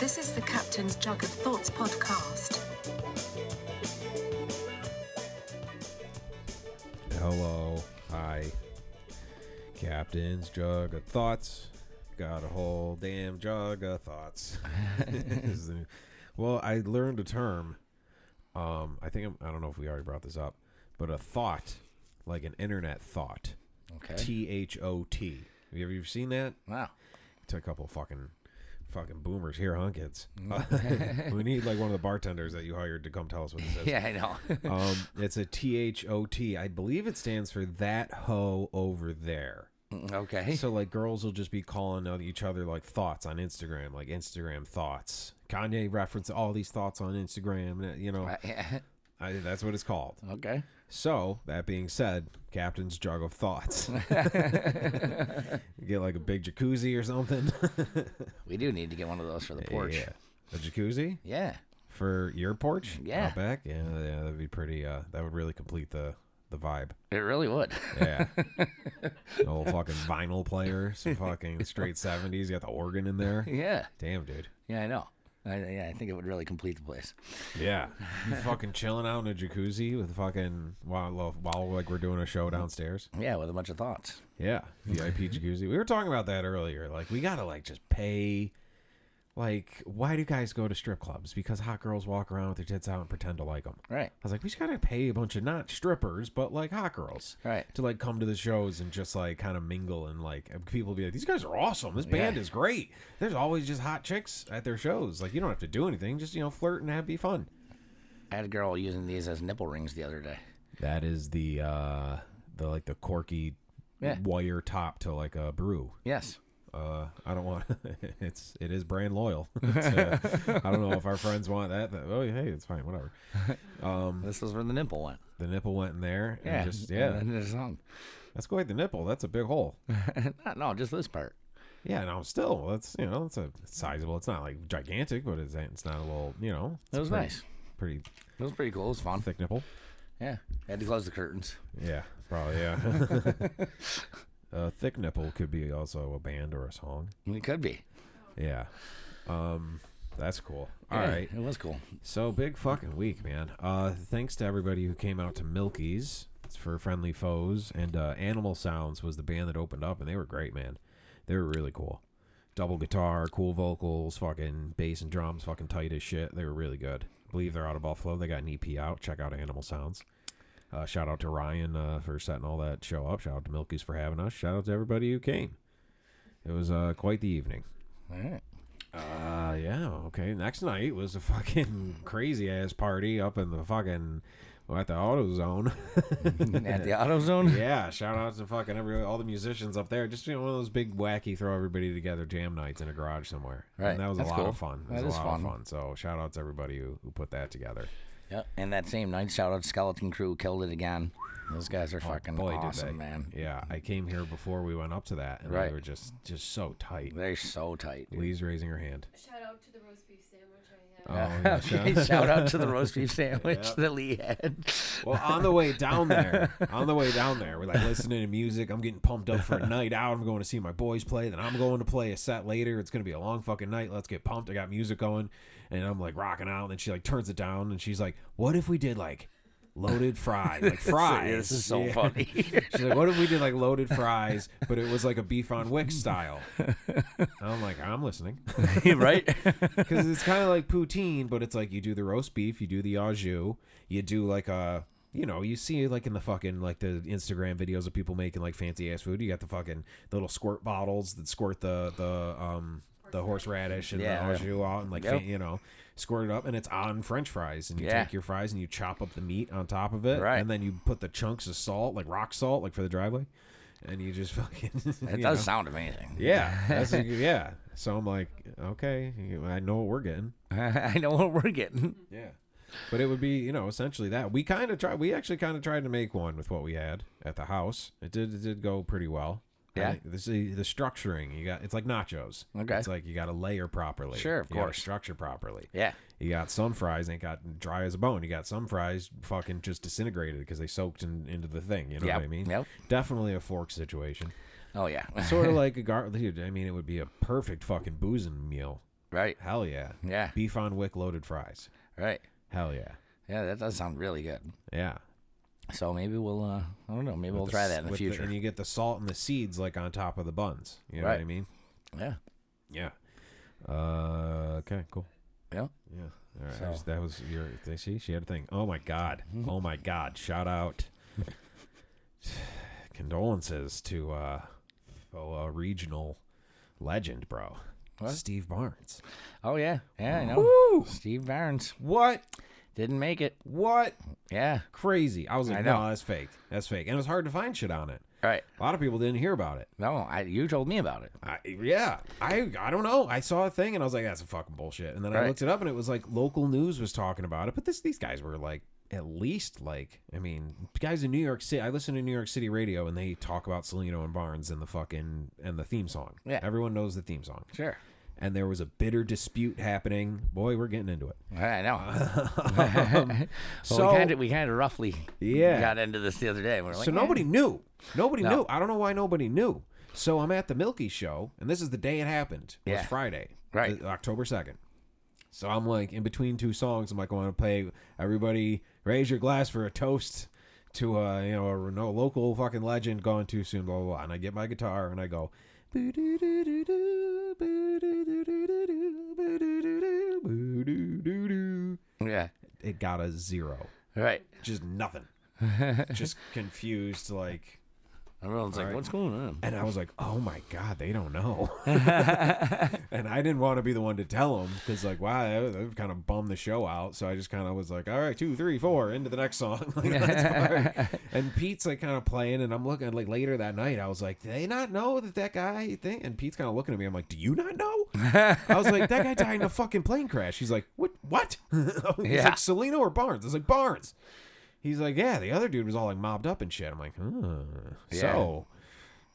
This is the Captain's Jug of Thoughts podcast. Hello. Hi. Captain's Jug of Thoughts. Got a whole damn jug of thoughts. Is the new- well, I learned a term. Um, I think I'm, I don't know if we already brought this up, but a thought, like an internet thought. Okay. T H O T. Have you ever you've seen that? Wow. to a couple fucking fucking boomers here, huh, kids? we need like one of the bartenders that you hired to come tell us what this is. Yeah, I know. Um, it's a T H O T. I believe it stands for that hoe over there. okay. So like girls will just be calling out each other like thoughts on Instagram, like Instagram thoughts. Kanye referenced all these thoughts on Instagram. eh, You know, I, that's what it's called. okay. So, that being said, Captain's Jug of Thoughts. Get like a big jacuzzi or something. We do need to get one of those for the porch. Yeah. A jacuzzi Yeah. for your porch? Yeah. Out back? Yeah, yeah, that'd be pretty uh that would really complete the the vibe. It really would. Yeah. the old fucking vinyl player, some fucking straight seventies, got the organ in there. yeah. Damn dude. Yeah, I know. I, yeah, I think it would really complete the place. Yeah. You fucking chilling out in a jacuzzi with fucking while while like we're doing a show downstairs. Yeah, with a bunch of thoughts. Yeah, VIP jacuzzi. We were talking about that earlier. Like, we gotta like just pay. Like, why do guys go to strip clubs? Because hot girls walk around with their tits out and pretend to like them. Right. I was like, we just gotta pay a bunch of not strippers, but like hot girls, Right. To like come to the shows and just like kind of mingle and like and people be like, these guys are awesome. This band Yeah. is great. There's always just hot chicks at their shows. Like, you don't have to do anything. Just you know, flirt and have be fun. I had a girl using these as nipple rings the other day. That is the uh the like the corky Yeah. wire top to like a brew. Yes. uh, I don't want it's it is brand loyal. It's, uh, I don't know if our friends want that. that- oh hey, it's fine, whatever. This was where the nipple went. The nipple went in there. Yeah. and just yeah. And then there's some. That's quite the nipple. That's a big hole. Not, no, just this part. Yeah, no, still that's you know it's a it's sizable. It's not like gigantic, but it's it's not a little you know. it's It a was pretty- nice. Pretty It was pretty cool. It was fun. thick nipple. Yeah. had to close the curtains. Yeah, probably yeah. uh, thick nipple could be also a band or a song. It could be. Yeah. Um, that's cool. All right. Yeah, It was cool. So big fucking week, man. Uh, thanks to everybody who came out to Milky's for Friendly Foes and uh, Animal Sounds was the band that opened up, and they were great, man. They were really cool. Double guitar, cool vocals, fucking bass and drums, fucking tight as shit. They were really good. I believe they're out of Buffalo. They got an EP out. Check out Animal Sounds. Uh, shout out to Ryan uh, for setting all that show up. Shout out to Milky's for having us. Shout out to everybody who came. It was uh, quite the evening. All right. Uh, yeah, okay. Next night was a fucking crazy ass party up in the fucking well, at the auto zone. At the AutoZone? yeah, shout out to fucking every all the musicians up there. Just you know, one of those big wacky throw everybody together jam nights in a garage somewhere. Right, And that was that's a lot cool. of fun. It was That a is lot of fun. fun. So shout out to everybody who, who put that together. Yep. And that same night, shout out Skeleton Crew, killed it again. Those guys are fucking Oh, Boy, did awesome, they. man. Yeah, I came here before we went up to that and Right. they were just just so tight. They're so tight. dude. Lee's raising her hand. Shout out to the roast beef sandwich I had. Oh, yeah, shout- Okay, shout out to the roast beef sandwich that Lee had. Well, on the way down there, on the way down there, we're like listening to music. I'm getting pumped up for a night out. I'm going to see my boys play. Then I'm going to play a set later. It's going to be a long fucking night. Let's get pumped. I got music going, and I'm like rocking out. And then she like turns it down, and she's like, "What if we did like loaded fries? Like fries? This is so Yeah. funny. She's like, "What if we did like loaded fries, but it was like a beef on wick style?" I'm like, "I'm listening." right? because it's kind of like poutine, but it's like you do the roast beef, you do the au jus, you do like a, you know, you see like in the fucking like the Instagram videos of people making like fancy ass food. You got the fucking little squirt bottles that squirt the the um the horseradish and Yeah. the au jus out and like Yep. fa- you know squirt it up and it's on French fries and you Yeah. take your fries and you chop up the meat on top of it Right. and then you put the chunks of salt like rock salt like for the driveway and you just fucking It you does know. sound amazing. yeah that's yeah so I'm like okay I know what we're getting I know what we're getting. yeah. But it would be, you know, essentially that. We kind of tried. We actually kind of tried to make one with what we had at the house. It did. It did go pretty well. I Yeah. think This the, the structuring. You got. It's like nachos. Okay. It's like you got to layer properly. Sure, of You gotta course. structure properly. Yeah. You got some fries ain't got dry as a bone. You got some fries fucking just disintegrated because they soaked in, into the thing. You know Yep, what I mean? yep. Definitely a fork situation. Oh, yeah. Sort of like a gar. Dude, I mean, it would be a perfect fucking boozing meal. Right. Hell yeah. Yeah. Beef on wick loaded fries. Right. Hell yeah. Yeah, that does sound really good. Yeah. So maybe we'll, uh, I don't know, maybe we'll With try s- that in the with future. and you get the salt and the seeds like on top of the buns. You know what I Right. mean? yeah. Yeah. Uh, okay, cool. Yeah. Yeah. All right. I So- just- that was your. they- See, she had a thing. Oh my god. Oh my god. Shout out. Condolences to uh, oh, uh regional legend, bro. What? Steve Barnes. Oh, yeah. Yeah, I know. Woo! Steve Barnes What? didn't make it. What? Yeah. Crazy. I was like, I no, know. that's fake. That's fake. And it was hard to find shit on it. Right. A lot of people didn't hear about it. No, I, you told me about it. I, yeah, I I don't know. I saw a thing and I was like, that's a fucking bullshit. And then I Right. looked it up and it was like local news was talking about it. But this these guys were like at least like I mean guys in New York City. I listen to New York City radio and they talk about Salino and Barnes and the fucking and the theme song. Yeah. everyone knows the theme song. Sure. And there was a bitter dispute happening. Boy, we're getting into it. I know. well, so- we kind of we kind of roughly Yeah. got into this the other day. We're like, So eh. nobody knew. Nobody No. knew. I don't know why nobody knew. So I'm at the Milky Show, and this is the day it happened. It was Yeah. Friday, Right. uh, October second. So I'm like in between two songs. I'm like, I want to play. Everybody, raise your glass for a toast to uh, you know a no local fucking legend gone too soon. Blah blah. blah. And I get my guitar and I go. "Boo-doo-doo-doo-doo, boo-doo-doo-doo-doo, boo-doo-doo-doo, boo-doo-doo-doo." "Eh." Yeah. It got a zero. Right. Just nothing. Just confused, like Everyone's like, right. what's going on? and I was like, "Oh my god, they don't know." and I didn't want to be the one to tell them because, like, wow, that, that kind of bummed the show out. So I just kind of was like, "All right, two, three, four, into the next song." Like, let's party. and Pete's like kind of playing, and I'm looking like later that night. I was like, "Do they not know that that guy thing?" And Pete's kind of looking at me. I'm like, "Do you not know?" I was like, "That guy died in a fucking plane crash." He's like, "What? What?" He's Yeah. like, "Salino or Barnes?" I was like, "Barnes." He's like, "Yeah." The other dude was all like mobbed up and shit. I'm like, "Huh." So.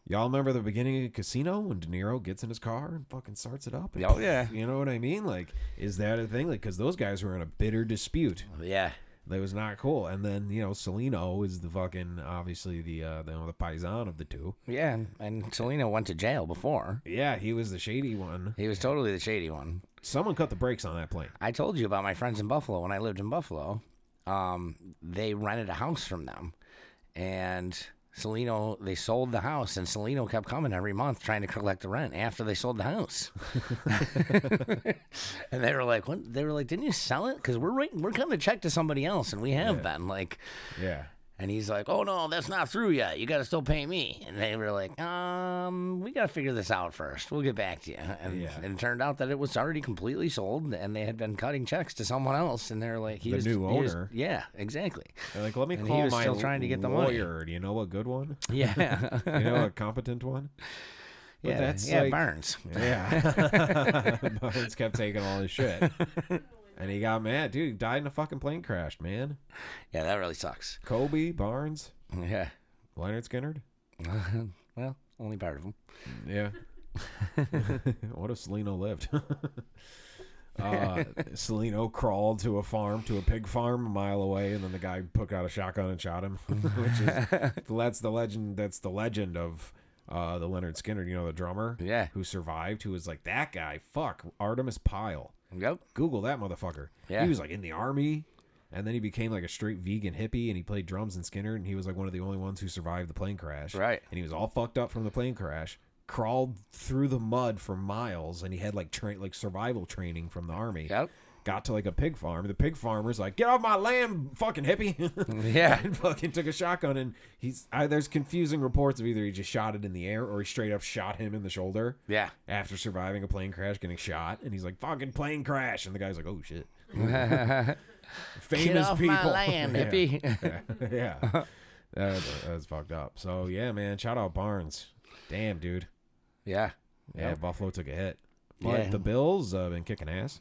Y'all remember the beginning of Casino when De Niro gets in his car and fucking starts it up? And Oh, yeah. You know what I mean? Like, is that a thing? Like, because those guys were in a bitter dispute. Yeah. That was not cool. And then, you know, Salino is the fucking, obviously, the, uh, the, the paisan of the two. Yeah. and- And Selena went to jail before. Yeah, he was the shady one. He was totally the shady one. Someone cut the brakes on that plane. I told you about my friends in Buffalo when I lived in Buffalo. Um, they rented a house from them, and Salino they sold the house, and Salino kept coming every month trying to collect the rent after they sold the house. and they were like, "What?" They were like, "Didn't you sell it? Because we're writing, we're cutting a check to somebody else, and we have been like." Yeah. And he's like, "Oh no, that's not through yet. You got to still pay me." And they were like, "Um, we got to figure this out first. We'll get back to you." And, Yeah. and it turned out that it was already completely sold, and they had been cutting checks to someone else. And they're like, he The was, new he was- owner. yeah, exactly. They're like, let me And he call was my still trying to get the money. lawyer. Do you know a good one? Yeah, You know a competent one? But yeah, that's yeah. like- Burns. Yeah. Barnes kept taking all his shit. And he got mad. Dude, he died in a fucking plane crash, man. Yeah, that really sucks. Kobe, Barnes, Yeah. Leonard Skinnard. well, only part of them. Yeah. what if Salino lived? uh, Salino crawled to a farm, to a pig farm a mile away, and then the guy took out a shotgun and shot him. Which is that's the legend. That's the legend of uh, the Leonard Skinner. You know the drummer, Yeah. who survived. Who was like that guy? Fuck Artemis Pyle. Yep. Google that motherfucker. Yeah. He was like in the army, and then he became like a straight vegan hippie, and he played drums in Skinner, and he was like one of the only ones who survived the plane crash. Right. And he was all fucked up from the plane crash, crawled through the mud for miles, and he had like train like survival training from the army. Yep. Got to like a pig farm. The pig farmer's like, "Get off my land, fucking hippie!" Yeah. and fucking took a shotgun and he's I, there's confusing reports of either he just shot it in the air or he straight up shot him in the shoulder. Yeah. After surviving a plane crash, getting shot, and he's like, "Fucking plane crash!" And the guy's like, "Oh shit." Famous Get off people. my land, Yeah. hippie. yeah. That was, that was fucked up. So yeah, man. Shout out Barnes. Damn, dude. yeah. Yeah, Buffalo took a hit. But Yeah. the Bills uh, been kicking ass.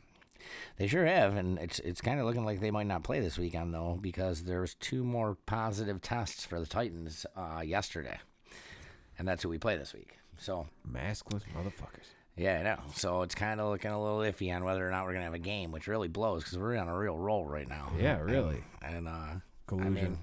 They sure have, and it's it's kind of looking like they might not play this weekend though, because there's two more positive tests for the Titans uh, yesterday, and that's who we play this week. So Maskless motherfuckers. yeah, I know. So it's kind of looking a little iffy on whether or not we're gonna have a game, which really blows because we're on a real roll right now. Yeah, really. And uh, Collusion. I mean,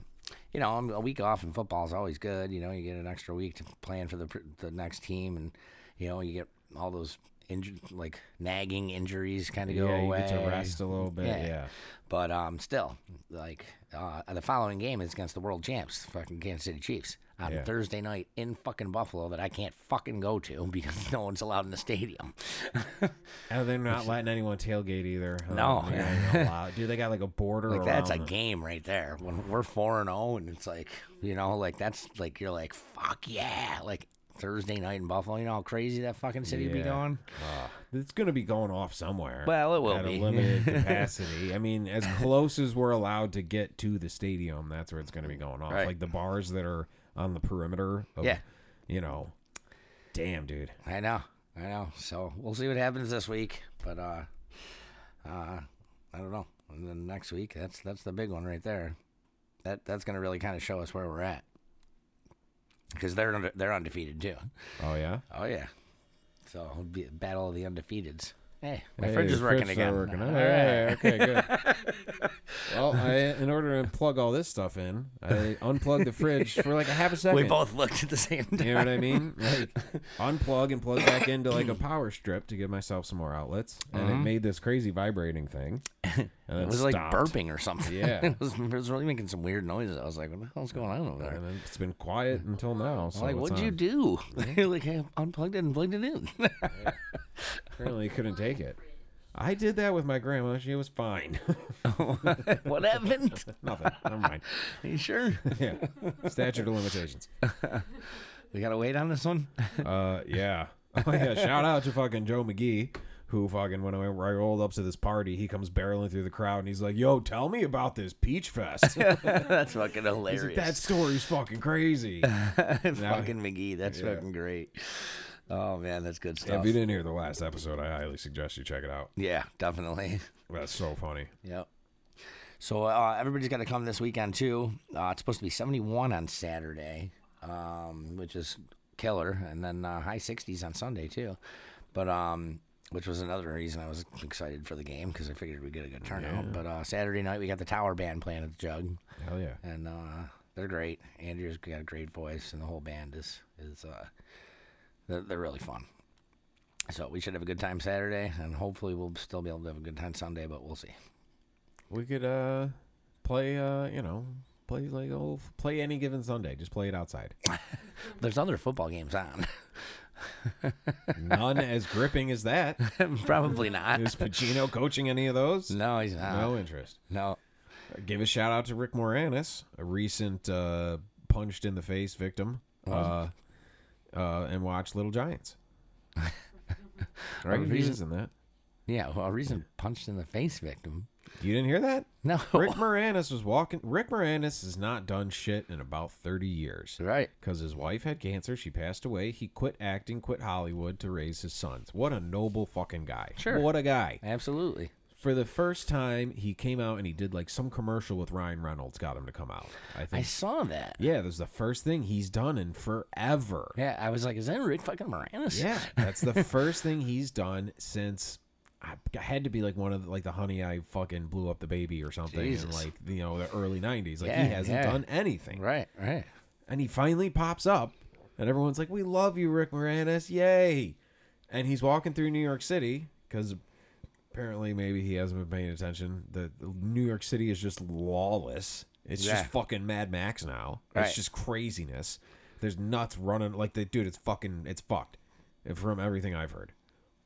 you know, I'm- a week off in football is always good. You know, you get an extra week to plan for the pr- the next team, and you know, you get all those inju- like nagging injuries kind of go yeah, you away. get to rest a little bit. Yeah. Yeah. But um, still, like uh, the following game is against the world champs, fucking Kansas City Chiefs, on Yeah. Thursday night in fucking Buffalo that I can't fucking go to because no one's allowed in the stadium. And they're not letting anyone tailgate either. huh? No. They don't allow- Dude, they got like a border Like that's a around the- game right there. When we're four and zero, and it's like you know, like that's like you're like fuck yeah, like Thursday night in Buffalo. You know how crazy that fucking city would be Yeah. going. Ah, it's going to be going off somewhere. Well, it will at be. a limited capacity. I mean, as close as we're allowed to get to the stadium, that's where it's going to be going off. Right. Like the bars that are on the perimeter. Of, Yeah. You know, damn, dude. I know, I know. So we'll see what happens this week, but uh, uh, I don't know. And then next week, that's that's the big one right there. That that's gonna really kind of show us where we're at, because they're unde- they're undefeated too. Oh yeah. Oh yeah. So it'll be a battle of the undefeateds. Hey, my Hey, fridge is the working fridge's again. not working. All Hey, right. okay, good. well, I, in order to plug all this stuff in, I unplugged the fridge for like a half a second. We both looked at the same time. You know what I mean? Like unplug and plug back into like a power strip to give myself some more outlets, and it made this crazy vibrating thing. And then Mm-hmm. It was like stopped. burping or something. Yeah. it, was, it was really making some weird noises. I was like, what the hell's going on over there? And then it's been quiet until now. So like, it's what'd you on. do? like, I unplugged it and plugged it in. Apparently, you couldn't take it. I did that with my grandma. She was fine. what happened? Nothing. Never mind. Are you sure? Yeah. Statute of limitations. We gotta wait on this one. Uh, yeah. Oh yeah. Shout out to fucking Joe McGee, who fucking when I I rolled up to this party, he comes barreling through the crowd and he's like, "Yo, tell me about this Peach Fest." That's fucking He's like, hilarious. that story's fucking crazy. fucking McGee. That's fucking great. Oh man, that's good if stuff. you didn't hear the last episode, I highly suggest you check it out. Yeah, definitely. That's so funny. Yep. So uh, everybody's got to come this weekend too. Uh, it's supposed to be 71 on Saturday, um, which is killer, and then uh, high 60s on Sunday too. But um, which was another reason I was excited for the game because I figured we'd get a good turnout. But uh, Saturday night we got the Tower Band playing at the Jug, Hell yeah. and uh, they're great. Andrew's got a great voice, and the whole band is is uh, they're, they're really fun. So we should have a good time Saturday, and hopefully we'll still be able to have a good time Sunday. But we'll see. We could uh play uh, you know, play like old play any given Sunday. Just play it outside. There's other football games on. None as gripping as that. Probably not. Is Pacino coaching any of those? No, he's not. No No. interest. Give a shout out to Rick Moranis, a recent uh punched in the face victim. Uh uh, and watch Little Giants. Right, he's in that. Yeah, well, a recent punched in the face victim. You didn't hear that? No. Rick Moranis was walking. Rick Moranis has not done shit in about 30 years. right. Because his wife had cancer. She passed away. He quit acting, quit Hollywood to raise his sons. What a noble fucking guy. Sure. What a guy. Absolutely. For the first time, he came out and he did like some commercial with Ryan Reynolds, got him to come out. I I think. saw that. yeah, that was the first thing he's done in forever. Yeah, I was like, is that Rick fucking Moranis? Yeah, that's the first thing he's done since I I had to be like one of the, like the honey I fucking blew up the baby or something in Jesus. like you know the early '90s. Like Yeah, he hasn't yeah. done anything, Right, right. and he finally pops up, and everyone's like, "We love you, Rick Moranis! Yay!" And he's walking through New York City because apparently maybe he hasn't been paying attention. The, the New York City is just lawless. It's Yeah. just fucking Mad Max now. Right. It's just craziness. There's nuts running like the dude. It's fucking. It's fucked. From everything I've heard.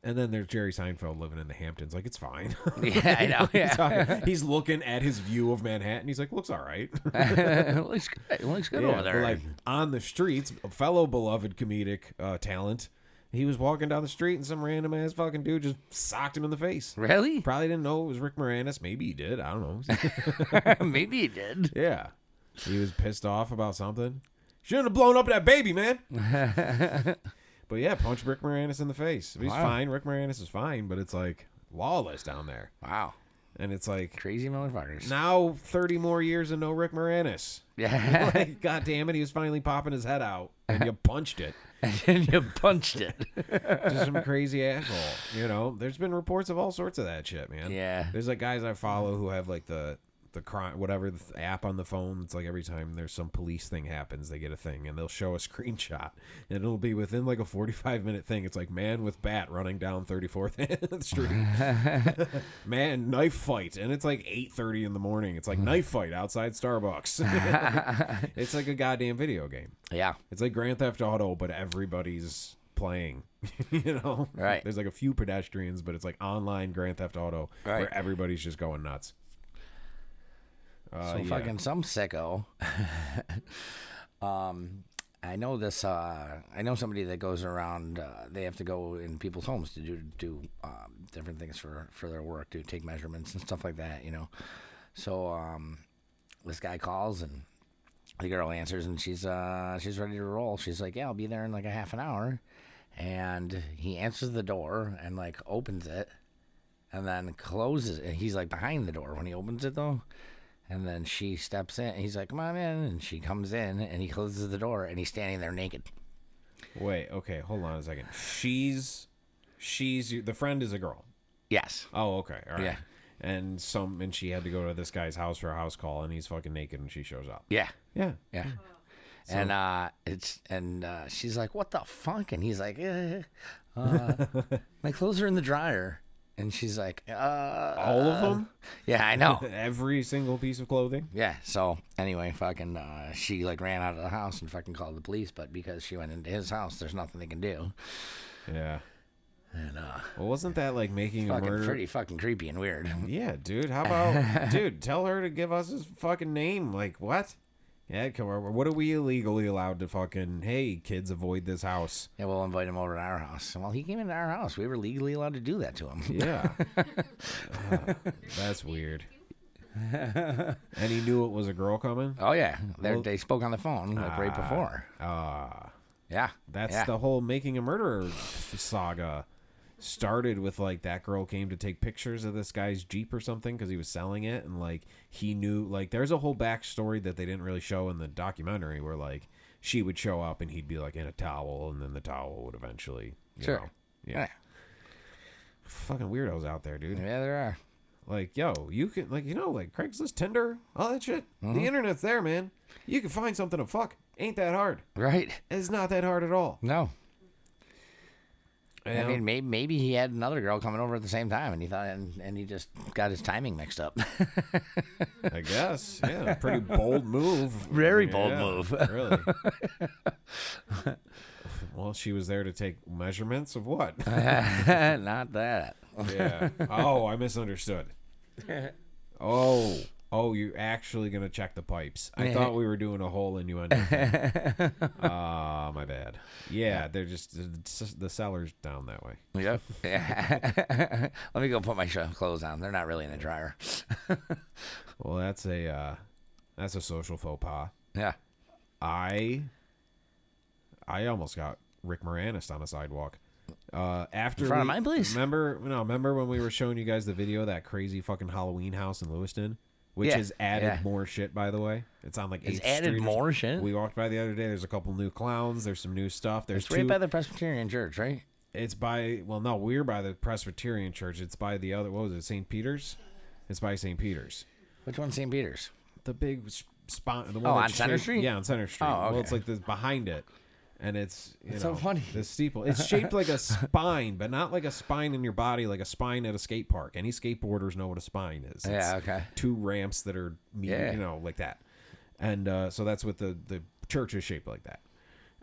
And then there's Jerry Seinfeld living in the Hamptons. Like it's fine. Yeah, I know. he's, Yeah. talking- he's looking at his view of Manhattan. He's like, looks all right. it looks good. It looks good Yeah, over but, there. Like on the streets, a fellow beloved comedic uh, talent. He was walking down the street and some random ass fucking dude just socked him in the face. really? Probably didn't know it was Rick Moranis. Maybe he did. I don't know. Maybe he did. yeah. He was pissed off about something. Shouldn't have blown up that baby, man. but yeah, punch Rick Moranis in the face. He's Wow. fine. Rick Moranis is fine, but it's like lawless down there. Wow. And it's like Crazy motherfuckers. now 30 more years and no Rick Moranis. Yeah. Like, God damn it. He was finally popping his head out and you punched it. and you punched it. just some crazy asshole. You know, there's been reports of all sorts of that shit, man. Yeah. There's like guys I follow who have like the the crime, whatever the th- app on the phone. It's like every time there's some police thing happens, they get a thing, and they'll show a screenshot, and it'll be within like a 45 minute thing. It's like man with bat running down 34th Street, man knife fight, and it's like 8:30 in the morning. It's like knife fight outside Starbucks. it's like a goddamn video game. Yeah. It's like Grand Theft Auto, but everybody's playing. you know, Right. There's like a few pedestrians, but it's like online Grand Theft Auto Right. where everybody's just going nuts. Uh, so yeah. fucking some sicko. um, I know this. Uh, I know somebody that goes around. Uh, they have to go in people's homes to do do um, different things for for their work, to take measurements and stuff like that. You know. So um, this guy calls and the girl answers and she's uh she's ready to roll. She's like, "Yeah, I'll be there in like a half an hour." And he answers the door and like opens it and then closes it. He's like behind the door when he opens it though. And then she steps in. He's like, "Come on in." And she comes in and he closes the door and he's standing there naked. Wait, okay, hold on a second. She's she's the friend is a girl. Yes. Oh, okay, all right. Yeah. And some and she had to go to this guy's house for a house call, and he's fucking naked, and she shows up. Yeah. Yeah. Yeah. and uh, it's and uh, she's like, "What the fuck?" And he's like, eh, uh, "My clothes are in the dryer." And she's like, uh, All of them, Yeah, I know. every single piece of clothing. Yeah. So anyway, fucking, uh, she like ran out of the house and fucking called the police. But because she went into his house, there's nothing they can do. Yeah. And uh, Well, wasn't that like making a fucking murder? Mm-hmm. pretty fucking creepy and weird. Yeah, dude. How about, dude? Tell her to give us his fucking name. Like what? Yeah, come over. What are we illegally allowed to fucking? Hey, kids, avoid this house. Yeah, we'll invite him over to our house. And, Well, he came into our house. We were legally allowed to do that to him. Yeah, Uh, that's weird. and he knew it was a girl coming. Oh yeah, They're- Well- they spoke on the phone like right before. Ah, Yeah, that's yeah. the whole making a murderer saga. Started with like that girl came to take pictures of this guy's Jeep or something because he was selling it, and like he knew, like, there's a whole backstory that they didn't really show in the documentary where like she would show up and he'd be like in a towel, and then the towel would eventually, you Sure. know, yeah. Fucking weirdos out there, dude. yeah, yeah, there are. Like, yo, you can, like, you know, like Craigslist, Tinder, all that shit. Mm-hmm. The internet's there, man. You can find something to fuck. Ain't that hard. Right? It's not that hard at all. No, You I know? mean maybe maybe he had another girl coming over at the same time, and he thought and, and he just got his timing mixed up. I guess. Yeah. Pretty bold move. Very bold move. really. well, she was there to take measurements of what? Not that. yeah. Oh, I misunderstood. Oh. Oh, you're actually gonna check the pipes. I thought we were doing a whole innuendo. thing. Ah, my bad. Yeah, they're just the seller's down that way. Yep. Let me go put my sh- clothes on. They're not really in the dryer. Well, that's a uh, that's a social faux pas. yeah. I I almost got Rick Moranis on a sidewalk. Uh, after In front of we- my place? Remember, no, remember when we were showing you guys the video of that crazy fucking Halloween house in Lewiston, which Yeah, has added yeah. more shit. By the way, it's on like It's 8th added Street or more something. shit? We walked by the other day. There's a couple new clowns. There's some new stuff. There's It's two. right by the Presbyterian Church, right? it's by well, no, we're by the Presbyterian Church. It's by the other. What was it? St. Peter's. It's by St. Peter's Which one's St. Peter's? the big s- spot. The one Oh, that's on Center shaped- Street? Yeah, on Center Street. Oh, Well, okay. it's like the behind it, and it's you That's so know, funny. The steeple. It's shaped like a spine, but not like a spine in your body, like a spine at a skate park. Any skateboarders know what a spine is. It's Yeah, okay. Two ramps that are me- Yeah. you know like that, and uh, so that's what the the church is shaped like that,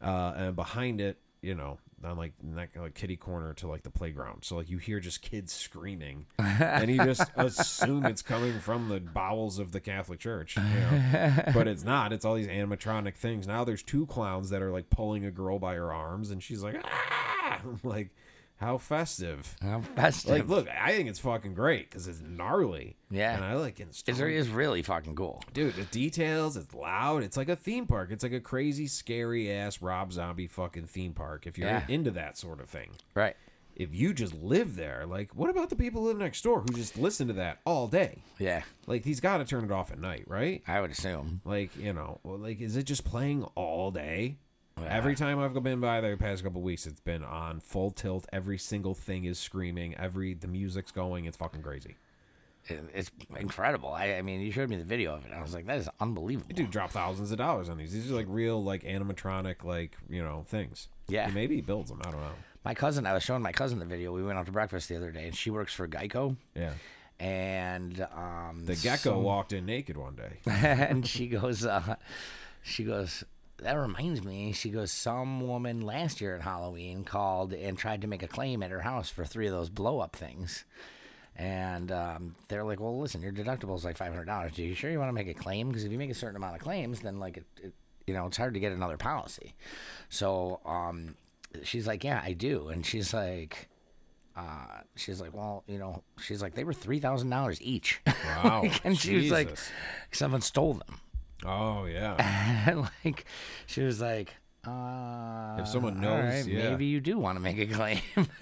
uh, and behind it, you know. On like that like kitty corner to like the playground, so like you hear just kids screaming, and you just assume it's coming from the bowels of the Catholic Church. You know? but it's not. It's all these animatronic things. Now there's two clowns that are like pulling a girl by her arms, and she's like, ah! I'm like, how festive. How festive. Like, look, I think it's fucking great because it's gnarly. Yeah. and I like getting stoned. It's, re- it's really fucking cool. Dude, the details, it's loud. It's like a theme park. It's like a crazy, scary ass Rob Zombie fucking theme park if you're Yeah. into that sort of thing. Right. If you just live there, like, what about the people who live next door who just listen to that all day? Yeah. Like, he's got to turn it off at night, right? I would assume. Like, you know, well, like, is it just playing all day? Every time I've been by there the past couple weeks, it's been on full tilt. Every single thing is screaming. Every the music's going. It's fucking crazy. it- it's incredible. I, I mean, you showed me the video of it. I was like, that is unbelievable. Dude, drop thousands of dollars on these. These are like real, like animatronic, like you know things. Yeah. maybe he builds them. I don't know. My cousin, I was showing my cousin the video. We went out to breakfast the other day, and she works for Geico. Yeah, And um, the gecko walked in naked one day. and she goes, uh, she goes, that reminds me. She goes, some woman last year at Halloween called and tried to make a claim at her house for three of those blow up things. And um, they're like, well, listen, your deductible is like five hundred dollars. Are you sure you want to make a claim? Because if you make a certain amount of claims, then like, it, it, you know, it's hard to get another policy. So um, she's like, yeah, I do. And she's like, uh, she's like, well, you know, she's like, they were three thousand dollars each. Wow, and she was like, Jesus. someone stole them. "Oh yeah, And like, she was like, uh, If someone all knows, yeah. maybe you do want to make a claim.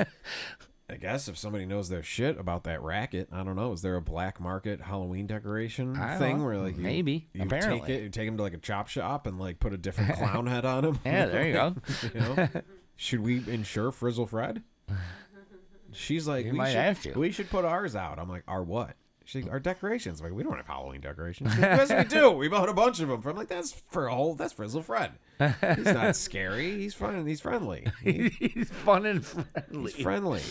I guess if somebody knows their shit about that racket, I don't know. Is there a black market Halloween decoration I don't thing know. where like you, Maybe. you take Apparently. it, you take him to like a chop shop and like put a different clown head on him? yeah, there you go. You know? should we insure Frizzle Fred? She's like, You we might should, have to. Mm. We should put ours out. I'm like, our what? She's like, our decorations. I'm like, we don't have Halloween decorations. She's like, yes, we do. We bought a bunch of them. I'm like, that's for a whole. That's Frizzle Fred. He's not scary. He's fun. He's friendly. He- He's fun and friendly. he's uh, friendly.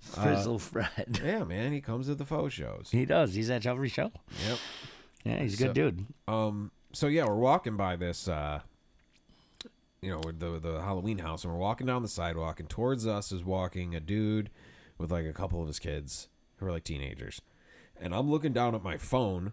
Frizzle Fred. Yeah, man. He comes to the faux shows. He does. He's at every show. Yep. Yeah, he's a good dude. Um. So yeah, we're walking by this, uh, you know, the the Halloween house, and we're walking down the sidewalk, and towards us is walking a dude with like a couple of his kids who are like teenagers, and I'm looking down at my phone,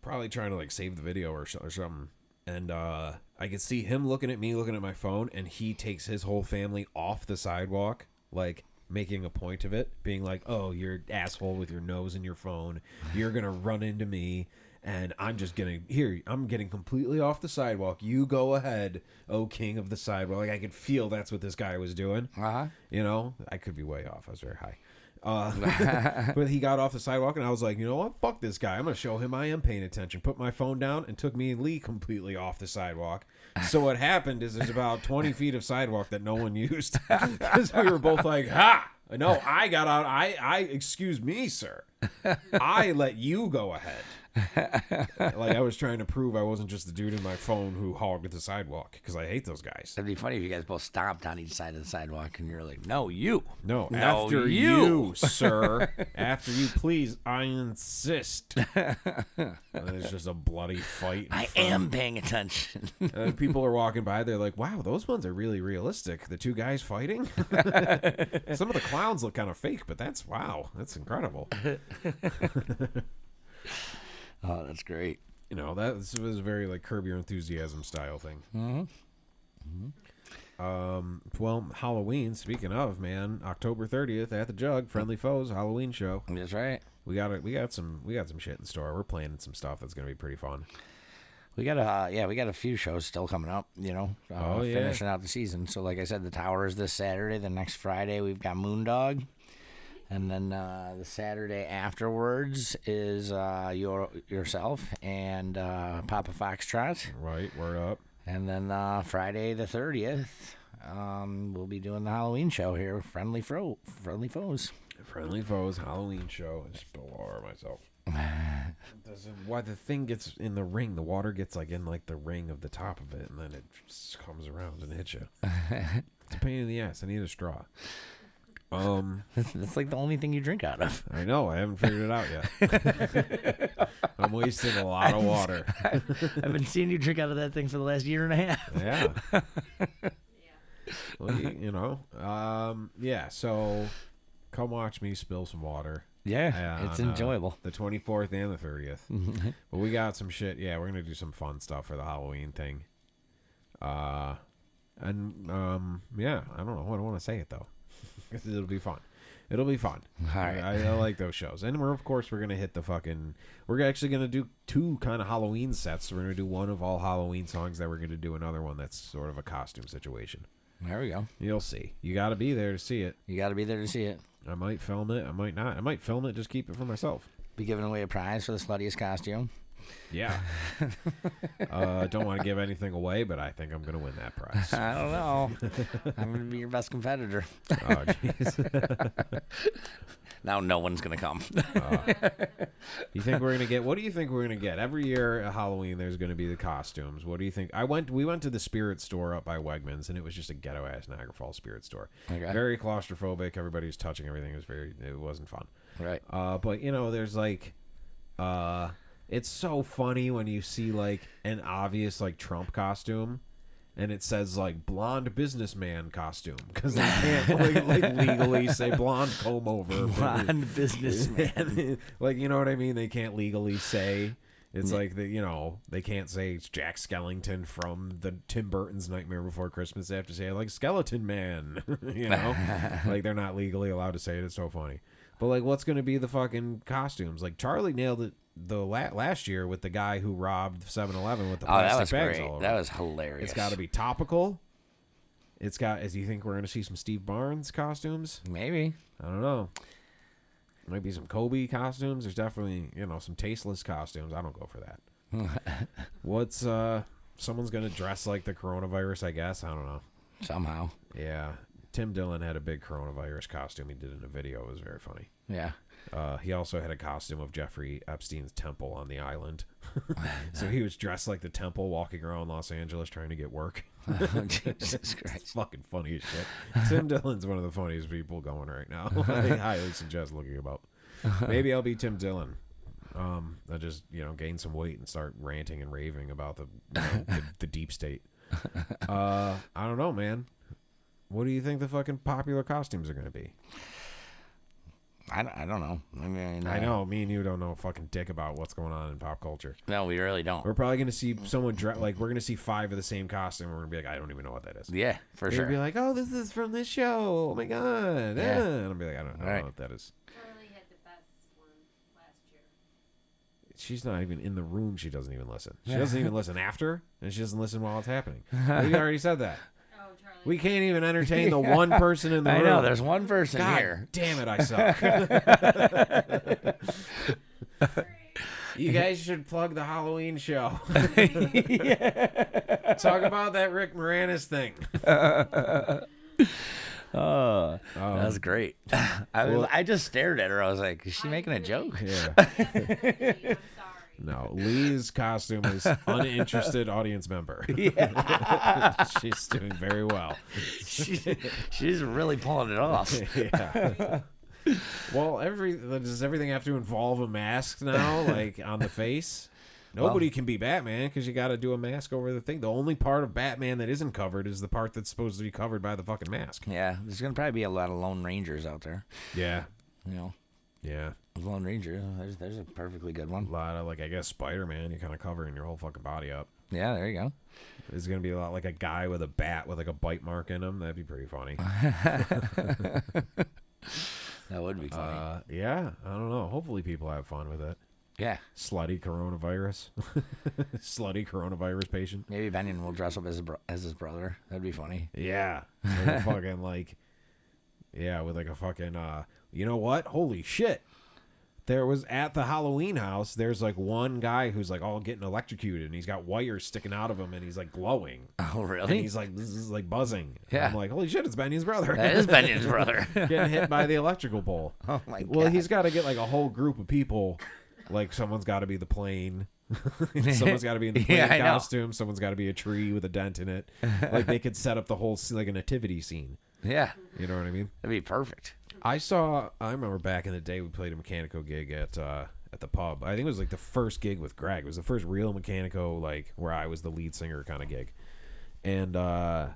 probably trying to like save the video or, so- or something, and uh, I could see him looking at me, looking at my phone, and he takes his whole family off the sidewalk, like. Making a point of it, being like, "Oh, you're an asshole with your nose in your phone. You're gonna run into me, and I'm just gonna here. I'm getting completely off the sidewalk. You go ahead, oh king of the sidewalk. Like I could feel that's what this guy was doing. Uh-huh. You know, I could be way off. I was very high. Uh, but he got off the sidewalk, and I was like, you know what? Fuck this guy. I'm gonna show him I am paying attention. Put my phone down, and took me and Lee completely off the sidewalk. So what happened is there's about 20 feet of sidewalk that no one used because we were both like, ha. No, I got out. I, I, excuse me, sir. I let you go ahead. like I was trying to prove I wasn't just the dude in my phone who hogged the sidewalk because I hate those guys. It'd be funny if you guys both stopped on each side of the sidewalk and you're like, no, you. No, No, after you, you. sir. after you, please. I insist. and it's just a bloody fight. in I front- am paying attention. And then people are walking by. They're like, "Wow, those ones are really realistic. The two guys fighting. Some of the clowns look kind of fake, but that's wow. That's incredible. oh, that's great. You know, that this was a very like Curb Your Enthusiasm style thing." Mm-hmm. Um. Well, Halloween. Speaking of, man, October thirtieth at the Jug, Friendly Foes Halloween show. That's right. We got it. We got some. We got some shit in store. We're planning some stuff that's gonna be pretty fun. We got a uh, yeah, we got a few shows still coming up. You know, uh, Oh, yeah. finishing out the season. So like I said, the Tower is this Saturday. The next Friday we've got Moondog, and then uh, the Saturday afterwards is uh, your yourself and uh, Papa Foxtrot, Right. We're up. and then uh, Friday the thirtieth. Um, we'll be doing the Halloween show here, friendly fro, friendly foes. Friendly foes Halloween show. I spill all over myself. Doesn't- Why the thing gets in the ring? The water gets like in like the ring of the top of it, and then it just comes around and hits you. it's a pain in the ass. I need a straw. Um, That's like the only thing you drink out of. I know I haven't figured it out yet. I'm wasting a lot of water. I've been seeing you drink out of that thing for the last year and a half. Yeah. Well, you, you know, um, yeah. So, come watch me spill some water. Yeah, uh, it's on, uh, enjoyable. Mm-hmm. the 24th and the 30th. but we got some shit. Yeah, we're gonna do some fun stuff for the Halloween thing. Uh, and um, yeah, I don't know. I don't want to say it though. 'Cause it'll be fun. It'll be fun. All right. I, I like those shows, and we're of course we're gonna hit the fucking. We're actually gonna do two kind of Halloween sets. We're gonna do one of all Halloween songs, then we're gonna do another one that's sort of a costume situation. There we go. You'll see. You got to be there to see it. You got to be there to see it. I might film it. I might not. I might film it. Just keep it for myself. Be giving away a prize for the sluttiest costume. Yeah. uh, don't want to give anything away, but I think I'm going to win that prize. I don't know. I'm gonna be your best competitor. Oh, jeez. Now no one's gonna come. You think we're gonna get? What do you think we're gonna get? Every year at Halloween, there's gonna be the costumes. What do you think? I went. We went to the spirit store up by Wegmans, and it was just a ghetto ass Niagara Falls spirit store. Okay. Very claustrophobic. Everybody was touching everything. It was very. It wasn't fun. right. Uh, but you know, there's like, uh, it's so funny when you see like an obvious like Trump costume, and it says like blonde businessman costume because they can't like, like legally say blonde comb over. Blonde businessman. like you know what I mean? They can't legally say. It's like the, you know they can't say it's Jack Skellington from the Tim Burton's Nightmare Before Christmas. They have to say like Skeleton Man. you know, like they're not legally allowed to say it. It's so funny. But like, what's going to be the fucking costumes? Like Charlie nailed it the la- last year with the guy who robbed 7-Eleven with the Oh, plastic that was bags great. all over. That was hilarious. it's got to be topical. It's got. As you think we're going to see some Steve Barnes costumes? maybe. I don't know. Might be some Kobe costumes. There's definitely, you know, some tasteless costumes. I don't go for that. What's uh someone's gonna dress like the coronavirus, I guess. I don't know. Somehow. Yeah. Tim Dillon had a big coronavirus costume he did in a video. It was very funny. Yeah. Uh, he also had a costume of Jeffrey Epstein's temple on the island. so he was dressed like the temple walking around Los Angeles trying to get work. Oh, Jesus Christ. It's fucking funny as shit. Tim Dillon's one of the funniest people going right now. I highly suggest looking him up. Maybe I'll be Tim Dillon. Um, I just you know gain some weight and start ranting and raving about the you know, the, the deep state. Uh, I don't know, man. What do you think the fucking popular costumes are going to be? I don't, I don't know. I mean, I uh, know me and you don't know a fucking dick about what's going on in pop culture. No, we really don't. We're probably going to see someone dre- like we're going to see five of the same costume. and We're going to be like, I don't even know what that is. yeah, for They'd sure. be like, "Oh, this is from this show. Oh my god!" Yeah. eh." And I'll be like, "I don't, I don't Right. know what that is." Charlie had the best one last year. She's not even in the room. She doesn't even listen. She doesn't even listen after, and she doesn't listen while it's happening. We already said that. Oh, Charlie. We can't even entertain the one person in the I room. know. There's one person God here. damn it! I suck. you guys should plug the Halloween show. Talk about that Rick Moranis thing. Uh, Oh, um, that was great. I was, I just stared at her. I was like, is she making a joke? Yeah. I'm sorry. No, Lee's costume is uninterested audience member. She's doing very well. she's, she's really pulling it off. Yeah. Well, every does everything have to involve a mask now, like on the face? Nobody can be Batman because you got to do a mask over the thing. The only part of Batman that isn't covered is the part that's supposed to be covered by the fucking mask. Yeah, there's gonna probably be a lot of lone rangers out there. Yeah, You know, yeah. lone ranger. There's there's a perfectly good A one. lot of like I guess Spider Man, you're kind of covering your whole fucking body up. Yeah, there you go. It's gonna be a lot like a guy with a bat with like a bite mark in him. That'd be pretty funny. That would be funny. Uh, yeah, I don't know. Hopefully, people have fun with it. yeah, Slutty coronavirus, slutty coronavirus patient. maybe Benyon will dress up as a bro- as his brother. That'd be funny. Yeah, With a fucking like, yeah, with like a fucking. Uh, you know what? Holy shit! There was at the Halloween house. There's like one guy who's like all getting electrocuted, and he's got wires sticking out of him, and he's like glowing, Oh, and really? he's like this is like buzzing. Yeah. I'm like, holy shit! It's Benny's brother. That is Benyon's brother. getting hit by the electrical pole. Oh my Well, God. he's got to get like a whole group of people. Like someone's got to be the plane. someone's got to be in the plane Yeah, I know. costume. Someone's got to be a tree with a dent in it. Like they could set up the whole scene, like a nativity scene. yeah, You know what I mean? that'd be perfect. I saw. I remember back in the day we played a Mechanico gig at uh, at the pub. I think it was like the first gig with Greg. It was the first real Mechanico like where I was the lead singer kind of gig, and uh,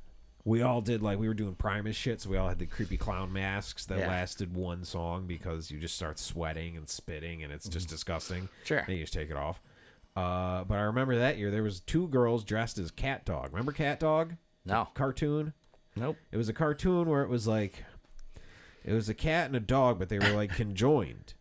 we all did like we were doing Primus shit. So we all had the creepy clown masks that Yeah. lasted one song because you just start sweating and spitting and it's just disgusting. Mm-hmm. Sure. and you just take it off. Uh, but I remember that year there was two girls dressed as cat dog. Remember cat dog No, cartoon? nope. It was a cartoon where it was like it was a cat and a dog, but they were like conjoined.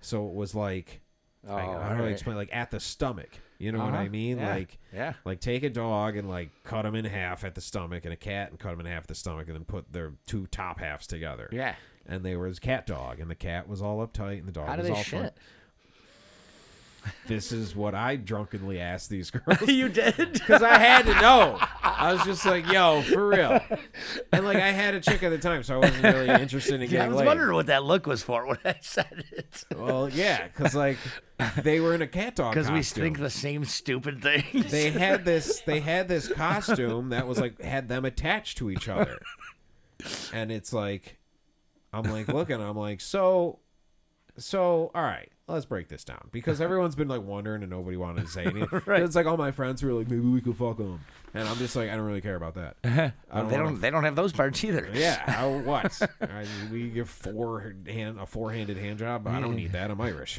So it was like Oh, I, I don't know how to right. explain like at the stomach. You know what Uh-huh. I mean? Yeah. Like Yeah. like take a dog and like cut him in half at the stomach and a cat and cut him in half at the stomach and then put their two top halves together. Yeah. And they were his cat dog and the cat was all uptight and the dog How do was they all shit? fun. this is what I drunkenly asked these girls you did? because I had to know. I was just like, yo, for real. And like, I had a chick at the time, so I wasn't really interested in getting I was laid. wondering what that look was for when I said it. Well, yeah, because like they were in a cat dog Because costume. we think the same stupid things. they had this they had this costume that was like had them attached to each other and it's like i'm like looking i'm like so so all right let's break this down because everyone's been like wondering and nobody wanted to say anything Right. it's like all my friends were like maybe we could fuck them and i'm just like i don't really care about that i don't, wanna- they don't. They don't have those parts either. yeah how what I, we give four hand a four-handed hand job i don't need that i'm irish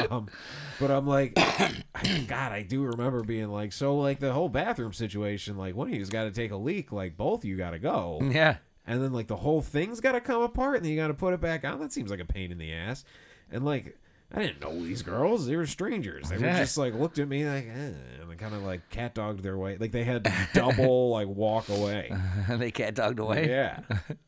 um, but i'm like god i do remember being like so like the whole bathroom situation like one of you's got to take a leak like both you gotta go Yeah. and then like the whole thing's got to come apart and then you got to put it back on that seems like a pain in the ass and like i didn't know these girls they were strangers they were Yeah. just like looked at me like eh, and they kind of like cat dogged their way like they had double like walk away they cat dogged away. yeah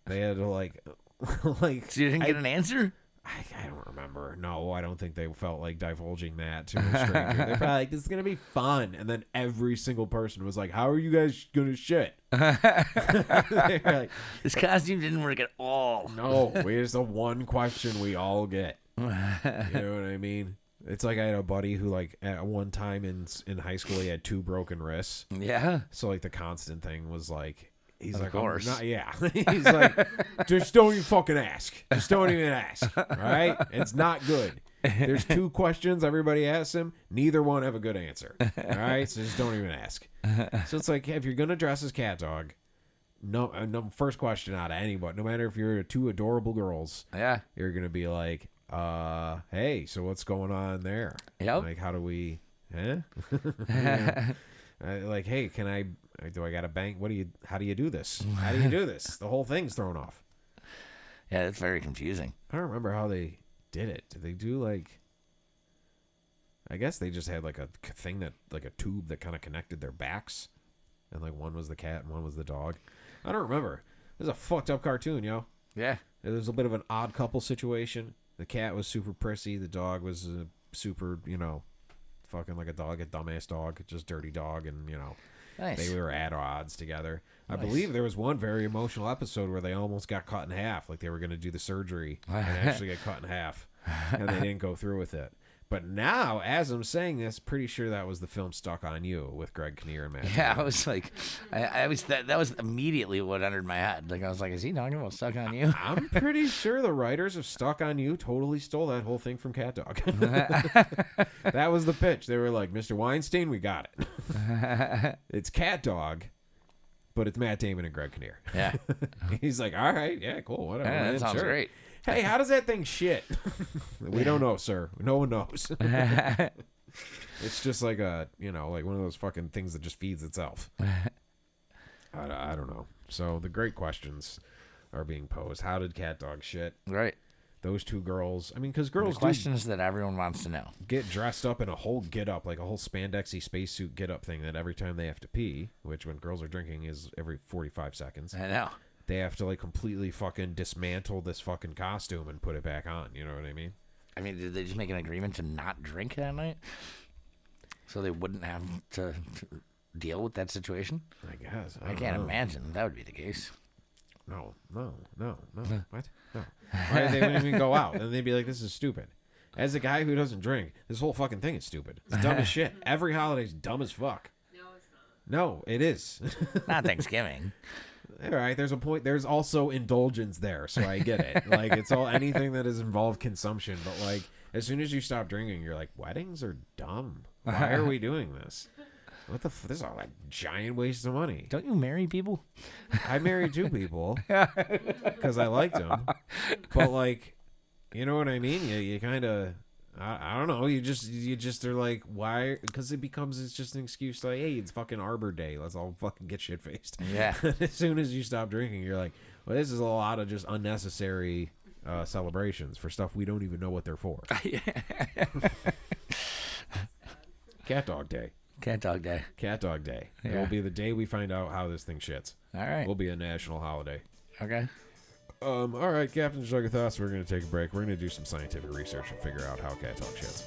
they had to like like So you didn't get an answer. I, I don't remember. No, I don't think they felt like divulging that to a stranger. They're probably like, "This is gonna be fun," and then every single person was like, "How are you guys gonna shit?" They're like, This costume didn't work at all. No, it's the one question we all get. You know what I mean? It's like I had a buddy who, like, at one time in in high school, he had two broken wrists. Yeah. So like the constant thing was like, he's like, "I'm course. not- yeah. he's like, just don't even fucking ask. Just don't even ask. All right, it's not good. There's two questions everybody asks him. Neither one have a good answer. All right, so just don't even ask. So it's like if you're gonna dress as cat dog, no, uh, no first question out of anybody, no matter if you're two adorable girls, Yeah. you're gonna be like, uh, hey, so what's going on there? Yep. Like, how do we? Huh? Yeah. Uh, like, hey, can I? Do I got to bank? What do you? How do you do this? How do you do this? The whole thing's thrown off. Yeah. That's very confusing. I don't remember how they did it. Did they do like? I guess they just had like a c- thing that like a tube that kind of connected their backs, and like one was the cat and one was the dog. I don't remember. This is a fucked up cartoon, yo. Yeah. It was a bit of an odd couple situation. The cat was super prissy. The dog was uh, super, you know, fucking like a dog, a dumbass dog, just dirty dog, and you know, Nice. they were at odds together. I believe there was one very emotional episode where they almost got cut in half, like they were going to do the surgery and actually get cut in half, and they didn't go through with it. But now, as I'm saying this, pretty sure that was the film Stuck on You with Greg Kinnear and Matt. yeah. I was like, I, I was that. That was immediately what entered my head. Like I was like, is he talking about stuck on you? I'm pretty sure the writers of Stuck on You totally stole that whole thing from Cat Dog. that was the pitch. They were like, Mr. Weinstein, we got it. it's Cat Dog, but it's Matt Damon and Greg Kinnear. yeah. He's like, all right, yeah, cool, whatever. Uh-huh. Yeah, that man, sounds sure." great. Hey, how does that thing shit? we don't know, sir. No one knows. it's just like a, you know, like one of those fucking things that just feeds itself. I, d- I don't know. So the great questions are being posed. How did cat dog shit? Right. Those two girls. I mean, because The girls do questions that everyone wants to know. get dressed up in a whole get up, like a whole spandexy spacesuit get up thing that every time they have to pee, which when girls are drinking is every 45 seconds I know. they have to like completely fucking dismantle this fucking costume and put it back on. You know what I mean? I mean, did they just make an agreement to not drink that night? So they wouldn't have to, to deal with that situation? I guess I don't can't know. imagine that would be the case. No, no, no, no. what? No. Why they wouldn't even go out? And they'd be like, "This is stupid." As a guy who doesn't drink, this whole fucking thing is stupid. It's dumb as shit. Every holiday's dumb as fuck. No, it's not. No, it is. Not Thanksgiving. all right, there's a point. There's also indulgence there, so I get it. like it's all anything that is involved consumption, but like as soon as you stop drinking, you're like, weddings are dumb. Why are we doing this? What the? F- this is all a giant waste of money. Don't you marry people? I married two people because I liked them, but like, you know what I mean? You you kind of. I, I don't know. You just you just are like why? Because it becomes it's just an excuse like hey it's fucking Arbor Day. Let's all fucking get shit faced. Yeah. as soon as you stop drinking, you're like, well, this is a lot of just unnecessary uh, celebrations for stuff we don't even know what they're for. Cat Dog Day. Cat dog day. Cat Dog Day. It Yeah. will be the day we find out how this thing shits. All right. Will be a national holiday. Okay. Um, all right, Captain Jugathos, we're going to take a break. We're going to do some scientific research and figure out how cat talk shits.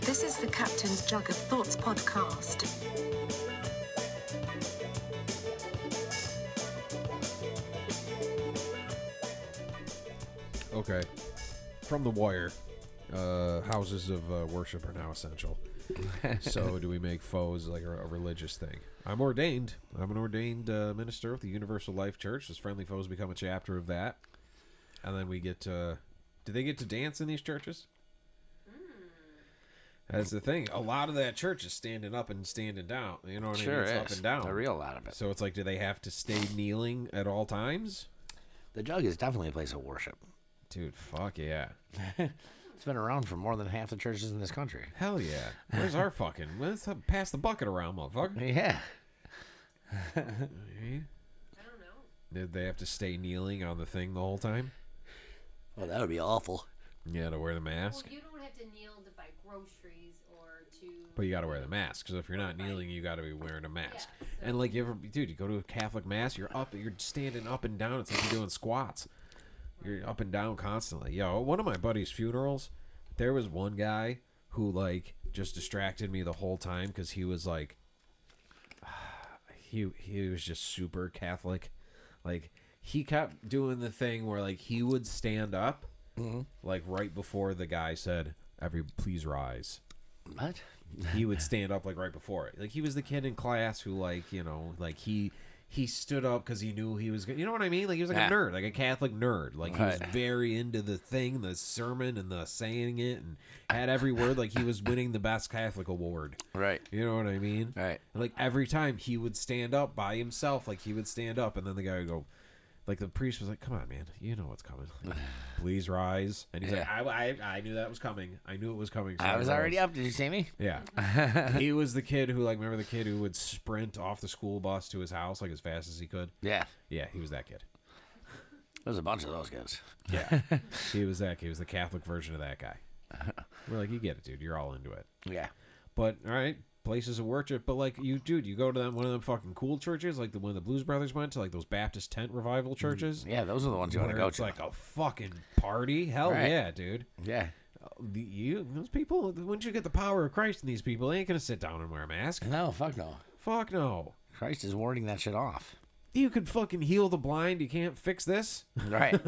This is the Captain's Jug of Thoughts podcast. Okay. From The Wire, uh, houses of uh, worship are now essential. so, do we make foes like a, a religious thing? I'm ordained. I'm an ordained uh, minister with the Universal Life Church. Does Friendly Foes become a chapter of that? And then we get to. Do they get to dance in these churches? Hmm. That's the thing. A lot of that church is standing up and standing down. You know what Sure I mean? It's is. up and down. A real lot of it. So it's like, do they have to stay kneeling at all times? The jug is definitely a place of worship. Dude, fuck yeah. It's been around for more than half the churches in this country. Hell yeah. Where's our fucking? Let's uh, pass the bucket around, motherfucker. Yeah. I don't know. Did they have to stay kneeling on the thing the whole time? Well, that would be awful. Yeah, to wear the Well, mask. you don't have to kneel to buy groceries or to. But you gotta wear the mask, because if you're not kneeling, you gotta be wearing a mask. Yeah, And like, you ever, dude, you go to a Catholic mass, you're up, you're standing up and down. It's like you're doing squats. You're up and down constantly. Yo, at one of my buddy's funerals, there was one guy who like just distracted me the whole time because he was like, he he was just super Catholic. Like he kept doing the thing where like he would stand up, like right before the guy said, "Every please rise." What? he would stand up like right before it. Like he was the kid in class who like you know like he he stood up because he knew he was good. You know what I mean? Like he was like Yeah. a nerd, like a Catholic nerd. Like he was Right. very into the thing, the sermon, and the saying it, and had every word. Like he was winning the best Catholic award. Right. You know what I mean? Right. And, Like every time he would stand up by himself, like he would stand up, and then the guy would go, like the priest was like, "Come on, man, you know what's coming. Like, Please rise." And he's Yeah. like, I, "I I knew that was coming. I knew it was coming." so I was rose." already up. Did you see me? Yeah. he was the kid who, like, remember the kid who would sprint off the school bus to his house, like, as fast as he could? Yeah. Yeah, he was that kid. There's a bunch of those guys. Yeah. he was that kid. He was the Catholic version of that guy. We're like, you get it, dude. You're all into it. Yeah. But, all right, places of worship. But, like, you, dude, you go to them, one of them fucking cool churches, like the one the Blues Brothers went to, like those Baptist tent revival churches. Mm, Yeah, those are the ones you want to where go it's to. like a fucking party. Hell Right. yeah, dude. yeah. The- You, those people, once you get the power of Christ in these people, they ain't going to sit down and wear a mask. No, fuck no. Fuck no. Christ is warding that shit off. you can fucking heal the blind. You can't fix this. Right.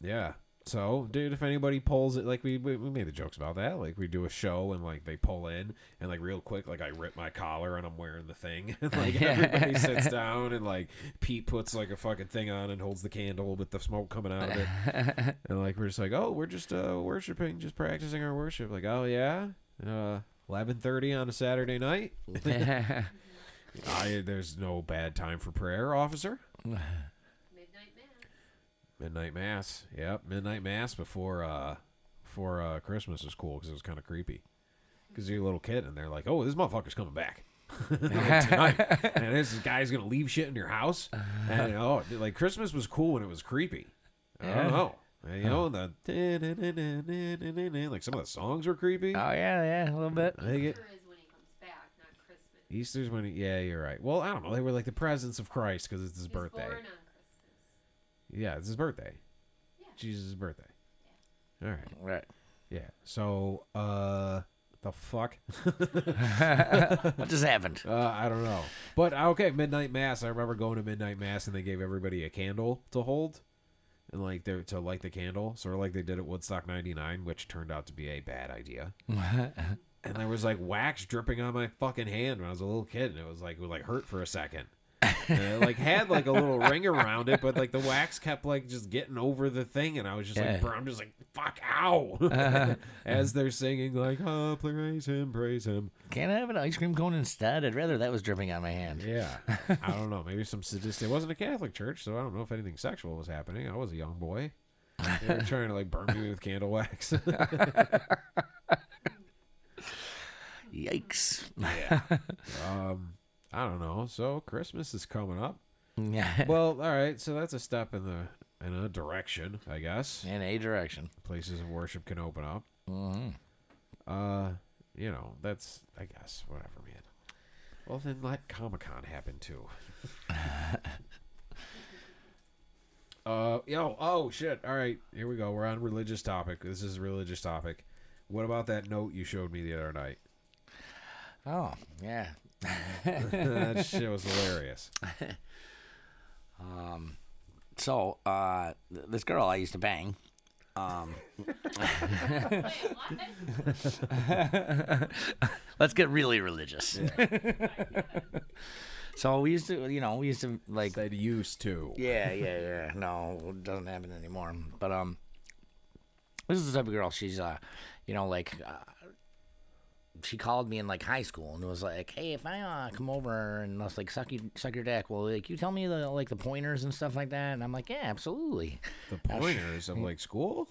Yeah. So, dude, if anybody pulls it, like we, we we made the jokes about that, like we do a show and like they pull in and like real quick, like I rip my collar and I'm wearing the thing, and like everybody sits down and like Pete puts like a fucking thing on and holds the candle with the smoke coming out of it, and like we're just like, oh, we're just uh worshiping, just practicing our worship, like oh yeah, uh, eleven thirty on a Saturday night, I there's no bad time for prayer, officer. Midnight Midnight Mass. Mass. Yep, Midnight Mass before uh before uh Christmas was cool because it was kind of creepy. Because you're a little kid and they're like, "Oh, this motherfucker's coming back tonight, and this guy's gonna leave shit in your house." And oh, dude, like Christmas was cool when it was creepy. I don't know. You know the like some of the songs were creepy. oh yeah, yeah, a little bit. I think it- Easter is when he comes back, not Christmas. Easter's when, he, yeah, you're right. Well, I don't know. They were like the presence of Christ because it's his He was birthday. born on Christmas. Yeah, it's his birthday. Yeah. Jesus' birthday. All right. Right. Yeah. So, uh, the fuck? What just happened? Uh, I don't know. But uh, okay, midnight mass. I remember going to midnight mass and they gave everybody a candle to hold, and like they to light the candle, sort of like they did at Woodstock '99, which turned out to be a bad idea. and there was like wax dripping on my fucking hand when I was a little kid, and it was like it would like hurt for a second. And it like had like a little ring around it, but like the wax kept like just getting over the thing, and I was just Yeah. like, bro, I'm just like, fuck, ow, as they're singing like, oh, praise him, praise him. Can't I have an ice cream cone instead? I'd rather that was dripping on my hand. Yeah. I don't know. Maybe some sadistic. It wasn't a Catholic church, so I don't know if anything sexual was happening. I was a young boy. They were trying to like burn me with candle wax. Yikes. um, I don't know. So Christmas is coming up. Yeah. Well, all right. So that's a step in the in a direction, I guess. In a direction. Places of worship can open up. hmm Mm-hmm. Uh, you know, that's I guess whatever, man. Well, then let Comic Con happen too. uh, yo, oh shit! All right, here we go. We're on religious topic. This is a religious topic. What about that note you showed me the other night? Oh, yeah. that shit was hilarious. So, uh, th- this girl I used to bang, um, Wait, what? let's get really religious. so we used to, you know, we used to like That used to. Yeah, yeah, yeah. No, it doesn't happen anymore. But um, this is the type of girl. She's uh, you know, like uh, she called me in like high school and was like, "Hey, if I uh, come over and let's like suck you suck your dick, well, like you tell me the like the pointers and stuff like that." And I'm like, "Yeah, absolutely." The pointers of like school.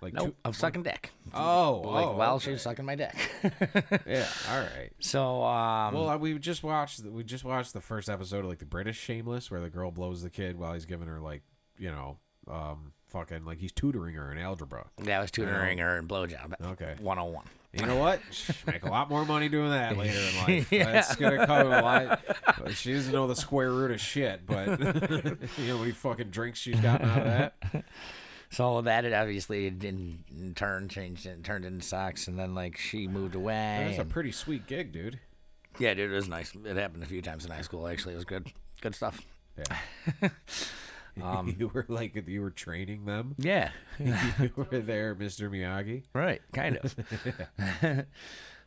Like Nope, two- I'm sucking dick. oh, Like oh, while okay. she was sucking my dick. yeah, all right. so um, Well, I- we just watched we just watched the first episode of like the British Shameless, where the girl blows the kid while he's giving her like you know, um, fucking like he's tutoring her in algebra. yeah, I was tutoring her in blowjob. Okay. 101. You know what? Make a lot more money doing that later in life. That's gonna come a lot. She doesn't know the square root of shit, but you know how many fucking drinks she's gotten out of that. So that it obviously didn't in turn changed and turned into socks, and then like she moved away. That's a and- pretty sweet gig, dude. yeah, dude, it was nice. It happened a few times in high school. Actually, it was good, good stuff. Yeah. you were like you were training them. Yeah, You were there, Mr. Miyagi. right, kind of.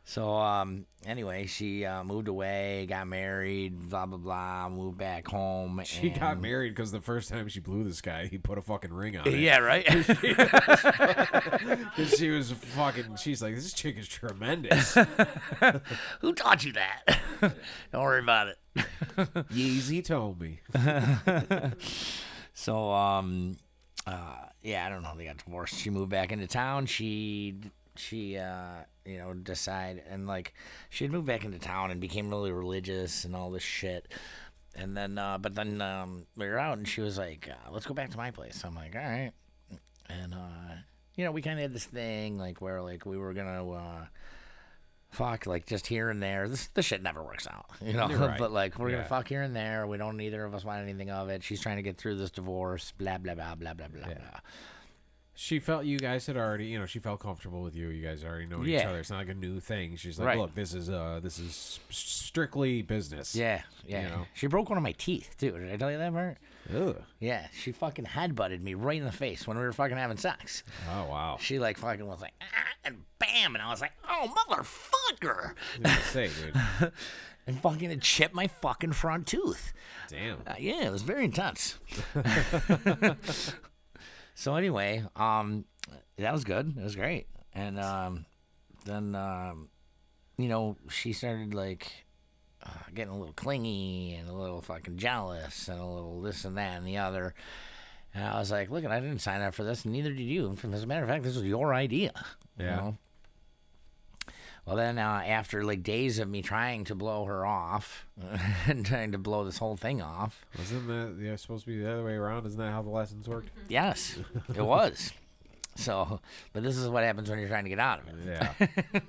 so um, anyway, she uh, moved away, got married, blah blah blah, moved back home. She got and- married because the first time she blew this guy, he put a fucking ring on it. Yeah, right. 'Cause she was fucking. She's like, this chick is tremendous. Who taught you that? Don't worry about it. Yeezy told me. So, um, uh, yeah, I don't know. They got divorced. She moved back into town. She, she, uh, you know, decide and like she had moved back into town and became really religious and all this shit. And then, uh, but then um, we were out and she was like, uh, "Let's go back to my place." I'm like, "All right." And uh, you know, we kind of had this thing like where like we were gonna. Uh, Fuck, like just here and there. This this shit never works out, you know. You're right. But like we're Yeah. gonna fuck here and there. We don't neither of us want anything of it. She's trying to get through this divorce. Blah blah blah blah blah blah. blah. She felt you guys had already, you know, she felt comfortable with you. You guys already know each Yeah. other. It's not like a new thing. She's like, Right. look, this is uh, this is strictly business. Yeah, yeah. know. She broke one of my teeth too. Did I tell you that part? Ugh. Yeah, she fucking headbutted me right in the face when we were fucking having sex. Oh wow. She like fucking was like, ah, and bam, and I was like, oh motherfucker, Say, dude. and fucking it chipped my fucking front tooth. Damn. Uh, yeah, it was very intense. so anyway, um, that was good. It was great. And um, then um, you know, she started like uh, getting a little clingy and a little fucking jealous and a little this and that and the other. And I was like, look, I didn't sign up for this, and neither did you. As a matter of fact, this was your idea. you Yeah. know? Well, then uh, after like days of me trying to blow her off and trying to blow this whole thing off, Wasn't that yeah, supposed to be the other way around? Isn't that how the lessons worked? yes, it was. So, but this is what happens when you're trying to get out of it. Yeah.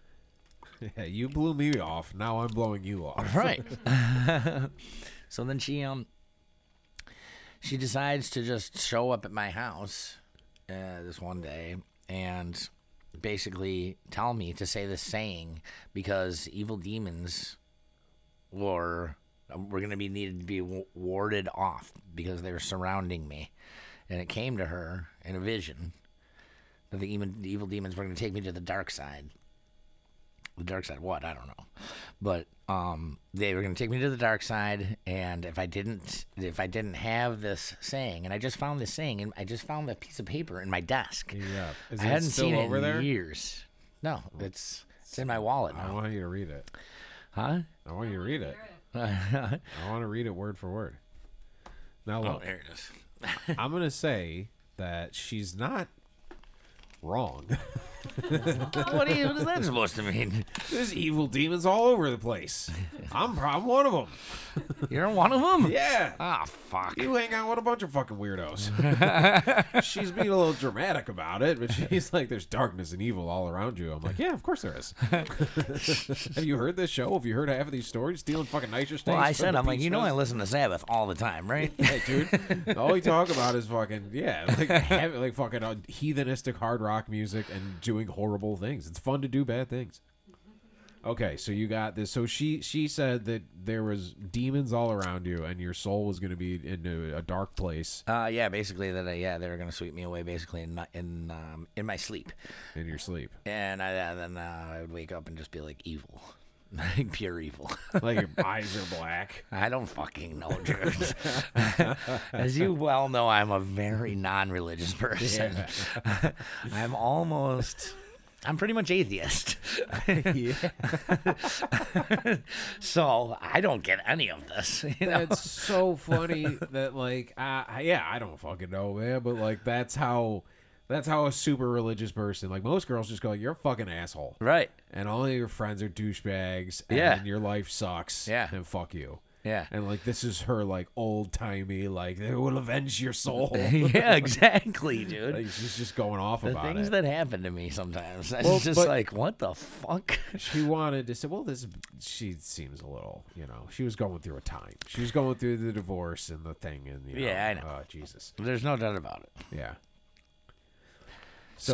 yeah. You blew me off. Now I'm blowing you off. Right. so then she um she decides to just show up at my house uh, this one day and basically tell me to say this saying because evil demons were were going to be needed to be w- warded off because they were surrounding me and it came to her in a vision that the evil, the evil demons were going to take me to the dark side the dark side what i don't know but um they were going to take me to the dark side and if i didn't if i didn't have this saying and i just found this saying and i just found that piece of paper in my desk Yeah. Is i it hadn't still seen over it in there? years no it's it's in my wallet I now want you to read it. huh I want you to read it. I want to read it word for word. Now look, there it is I'm gonna say that she's not wrong. what, do you, what is that supposed to mean? There's evil demons all over the place. I'm probably one of them. You're one of them? Yeah. Ah, fuck. You hang out with a bunch of fucking weirdos. she's being a little dramatic about it, but she's like, "There's darkness and evil all around you." I'm like, "Yeah, of course there is." Have you heard this show? Have you heard half of these stories? Stealing fucking nicer Well, I said, I'm like, you know, I I. listen to Sabbath all the time, right? Yeah, dude. All we talk about is fucking yeah, like heavy, like fucking uh, heathenistic hard rock music and doing horrible things. It's fun to do bad things. Okay, so you got this. So she she said that there was demons all around you, and your soul was going to be in a, a dark place, Uh, yeah, basically that. Uh, yeah, they were gonna sweep me away, basically in my- in um, in my sleep, in your sleep, and I, uh, then uh, I would wake up and just be like evil, like pure evil. like your eyes are black. I don't fucking know, dude. As you well know, I'm a very non-religious person. I'm almost. I'm pretty much atheist. Yeah, so I don't get any of this. You know? that's so funny that like uh, yeah, I don't fucking know, man, but like that's how. That's how a super religious person, like most girls, just go, "You're a fucking asshole." Right. and all of your friends are douchebags and Yeah. your life sucks Yeah. and fuck you Yeah. and like this is her like old timey like they will avenge your soul yeah, exactly, dude. like, she's just going off the about things it that happen to me sometimes. It's Well, just but- like, what the fuck? she wanted to say well this she seems a little you know she was going through a time she was going through the divorce and the thing and you know, Yeah, I know. oh, jesus There's no doubt about it. yeah so,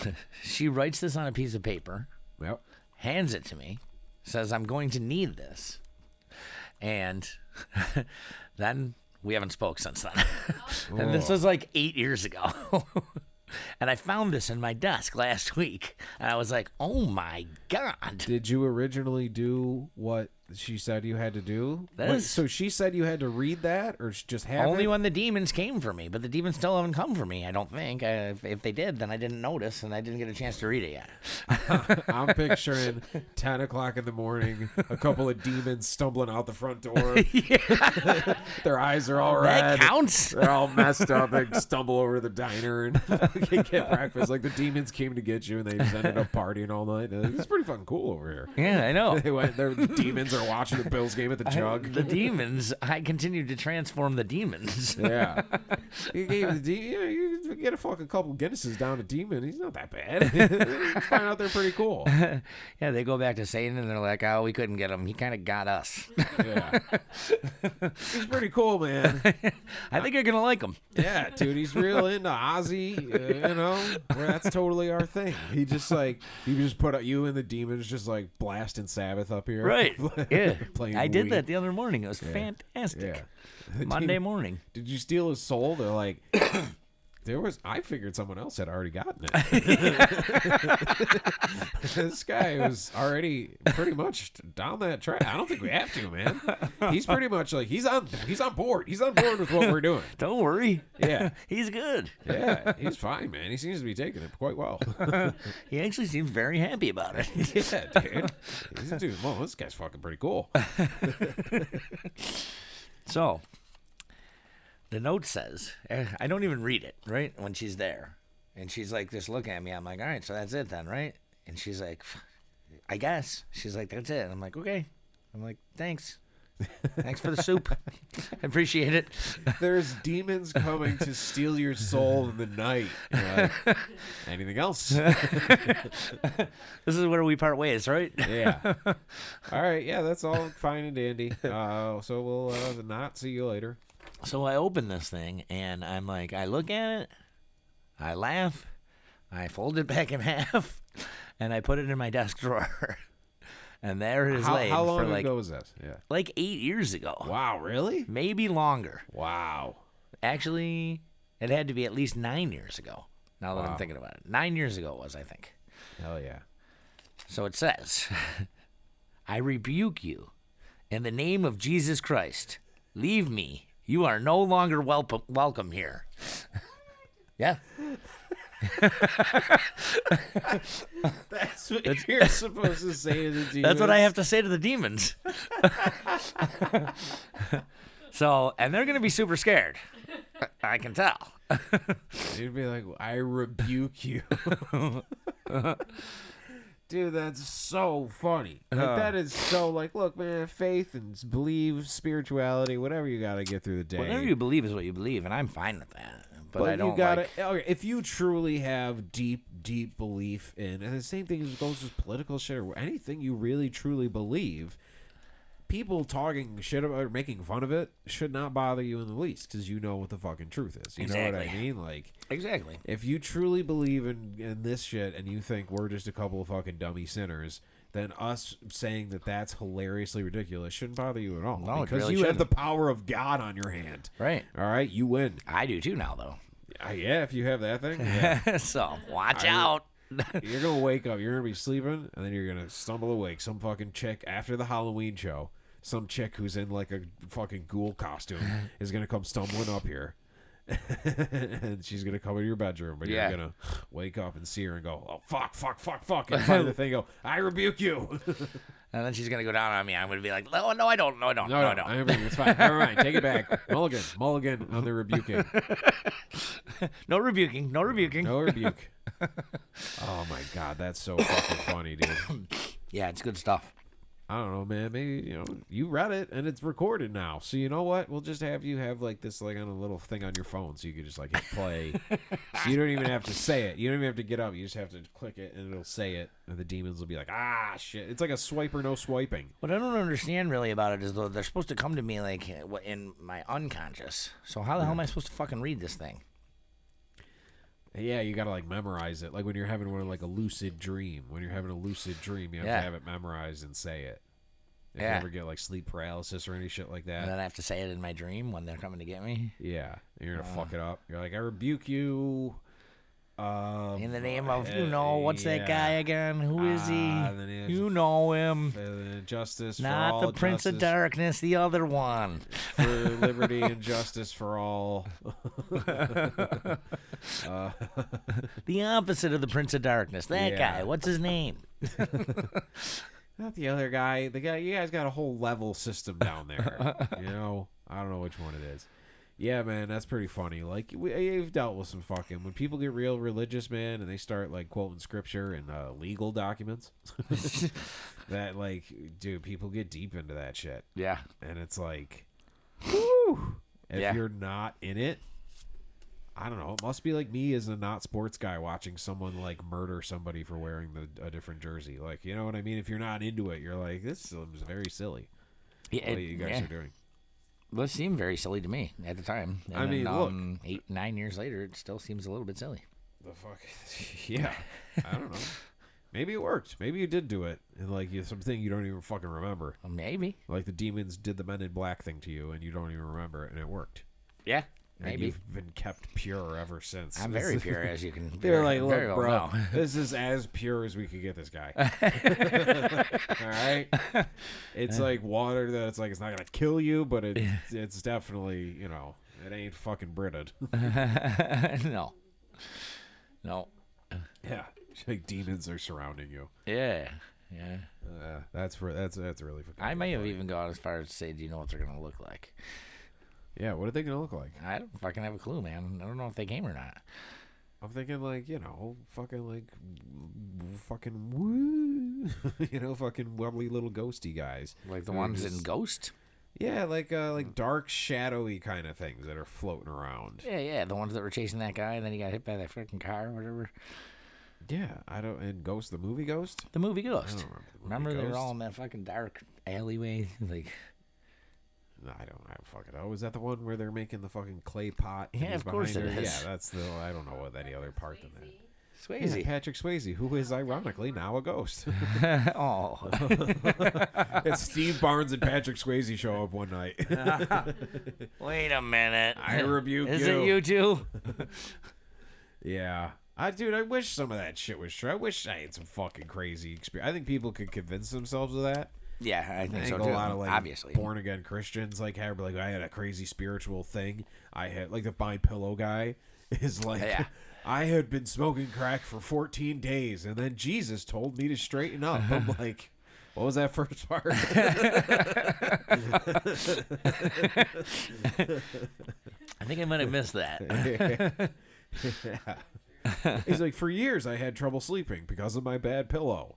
So, uh, she writes this on a piece of paper, yep hands it to me, says, I'm going to need this. And then we haven't spoke since then. and this Oh. was like eight years ago. and I found this in my desk last week. And I was like, oh my God. did you originally do what she said you had to do That Wait, is- so she said you had to read that or just have Only it? when the demons came for me, but the demons still haven't come for me, I don't think. I, if, if they did, then I didn't notice and I didn't get a chance to read it yet. I'm picturing 10 o'clock in the morning, a couple of demons stumbling out the front door. Their eyes are all That red. counts. They're all messed up. They stumble over the diner and fucking get breakfast. Like the demons came to get you and they just ended up partying all night. They're like, This is pretty fucking cool over here. Yeah, I know. They went, their demons are watching the Bills game at the jug. the demons, I continued to transform the demons. yeah. You gave the de- you, know, you get a fucking couple Guinnesses down a demon. He's not that bad. You find out they're pretty cool. yeah, they go back to Satan and they're like, oh, we couldn't get him. He kind of got us. Yeah. He's pretty cool, man. I think you're going to like him. Yeah, dude, he's real into Ozzy. Uh, you know, Well, that's totally our thing. He just like you just put out you and the demons just like blasting Sabbath up here, yeah. Playing I did Wii. that the other morning. It was fantastic. Yeah. The Monday demon- morning. Did you steal his soul? They're like. There was. I figured someone else had already gotten it. this guy was already pretty much down that track. I don't think we have to, man. He's pretty much like he's on. He's on board. He's on board with what we're doing. Don't worry. Yeah. He's good. Yeah, he's fine, man. He seems to be taking it quite well. He actually seems very happy about it. yeah, dude. He's dude. Well, this guy's fucking pretty cool. So, the note says, eh, I don't even read it, right? When she's there. And she's like, just looking at me. I'm like, all right, so that's it then, right? And she's like, I guess. She's like, that's it. And I'm like, okay. I'm like, thanks. Thanks for the soup. I appreciate it. There's demons coming to steal your soul in the night. You're like, Anything else? This is where we part ways, right? Yeah. All right. Yeah, that's all fine and dandy. Uh, so we'll uh, not see you later. So I open this thing and I'm like, I look at it, I laugh, I fold it back in half, and I put it in my desk drawer. And there it is How, laid how long for like ago was that? Yeah. like eight years ago. Wow. Really? Maybe longer. Wow. Actually, it had to be at least nine years ago. Now that Wow. I'm thinking about it. Nine years ago it was, I think. Hell yeah. So it says, I rebuke you in the name of Jesus Christ. Leave me. You are no longer welp- welcome here. yeah. That's what you're supposed to say to the demons. That's what I have to say to the demons. so, and they're going to be super scared. I can tell. You'd be like, I rebuke you. Dude, that's so funny. Like, that is so like, look, man, faith and believe, spirituality, whatever you got to get through the day. Whatever you believe is what you believe, and I'm fine with that. But, I don't you gotta, eh, like. okay, if you truly have deep, deep belief in, and the same thing goes with political shit or anything you really truly believe, people talking shit about or making fun of it should not bother you in the least because you know what the fucking truth is. You know what I Exactly. mean? Like, Exactly. if you truly believe in, in this shit and you think we're just a couple of fucking dummy sinners, then us saying that that's hilariously ridiculous shouldn't bother you at all. No, it because really you have the shouldn't. power of God on your hand. Right. All right, you win. I do too now, though. Uh, yeah, if you have that thing, yeah. so watch I- out. you're gonna wake up. You're gonna be sleeping, and then you're gonna stumble awake. Some fucking chick after the Halloween show, some chick who's in like a fucking ghoul costume is gonna come stumbling up here, and she's gonna come into your bedroom. But Yeah. you're gonna wake up and see her and go, "Oh fuck, fuck, fuck, fuck!" And find the thing. and Go, I rebuke you. and then she's gonna go down on me. I'm gonna be like, no, no, I don't, no, I don't, no, I don't. I rebuke. It's fine. Never mind. Take it back. Mulligan, Mulligan on the rebuking. no rebuking, no rebuking. No rebuke. Oh my god, that's so fucking funny, dude. Yeah, it's good stuff. I don't know, man. Maybe you know you read it and it's recorded now. So you know what? We'll just have you have like this like on a little thing on your phone, so you can just like hit play. so you don't even have to say it. You don't even have to get up. You just have to click it, and it'll say it. And the demons will be like, ah, shit. It's like a swipe or no swiping. What I don't understand really about it is though they're supposed to come to me like what- in my unconscious. So how the hell am I supposed to fucking read this thing? Yeah, you gotta like memorize it. Like when you're having one of like a lucid dream. When you're having a lucid dream, you have Yeah. to have it memorized and say it. If you Yeah. ever get like sleep paralysis or any shit like that, And then I have to say it in my dream when they're coming to get me. yeah, you're Uh. gonna fuck it up. You're like, I rebuke you. Um, In the name of you know what's that guy again? Who is Ah, the name he? is- You know him. Uh, justice for Not all, the Prince of justice Darkness, the other one. for liberty and justice for all. The opposite of the Prince of Darkness. That Yeah. guy. What's his name? Not the other guy. The guy. You guys got a whole level system down there. you know, I don't know which one it is. Yeah, man, that's pretty funny. Like we, you've dealt with some fucking when people get real religious, man, and they start like quoting scripture and uh, legal documents. that like, dude, people get deep into that shit. Yeah. and it's like, if Yeah. you're not in it, I don't know. It must be like me as a not sports guy watching someone like murder somebody for wearing the a different jersey. Like, you know what I mean? If you're not into it, you're like, this seems very silly. Yeah, What you guys yeah. are doing? Well, it seemed very silly to me at the time. And I then, mean, look. um, eight nine years later, it still seems a little bit silly. The fuck? yeah, I don't know. Maybe it worked. Maybe you did do it, and like you something you don't even fucking remember. Well, maybe. Like the demons did the Men in Black thing to you, and you don't even remember it, and it worked. Yeah. And Maybe. you've been kept pure ever since. I'm very pure, as you can. They're very- like, look, very well bro, know." this is as pure as we could get this guy. All right, it's like water that it's like it's not gonna kill you, but it it's definitely you know it ain't fucking Britain. no. No. yeah, It's like demons are surrounding you. Yeah. Yeah. Uh, that's for that's that's really. fucking I may good. have even gone as far as to say, do you know what they're going to look like? Yeah, what are they gonna look like? I don't fucking have a clue, man. I don't know if they came or not. I'm thinking like you know fucking like fucking woo, you know fucking wobbly little ghosty guys Like the They're ones in just- Ghost? Yeah, like uh, like dark, shadowy kind of things that are floating around. Yeah, yeah. The ones that were chasing that guy and then he got hit by that freaking car or whatever. Yeah, I don't. And Ghost, the movie Ghost. The movie remember Ghost. the movie Remember, they were Ghost. all in that fucking dark alleyway? Like, No, I don't. I fucking know. Is that the one where they're making the fucking clay pot? and Yeah, he's of course behind it her? is. Yeah, that's the. I don't know what any other part than that. Swayze. Yeah, Patrick Swayze, who is ironically now a ghost. oh. it's Steve Barnes and Patrick Swayze show up one night. Wait a minute. I rebuke Is you. it you too? yeah. I, dude, I wish some of that shit was true. I wish I had some fucking crazy experience. I think people could convince themselves of that. yeah, I think I so think too. a lot of like Obviously. born again Christians like have like I had a crazy spiritual thing. I had like the my pillow guy is like Yeah. I had been smoking crack for 14 days and then Jesus told me to straighten up. I'm like what was that first part? I think I might have missed that. yeah. He's like, for years I had trouble sleeping because of my bad pillow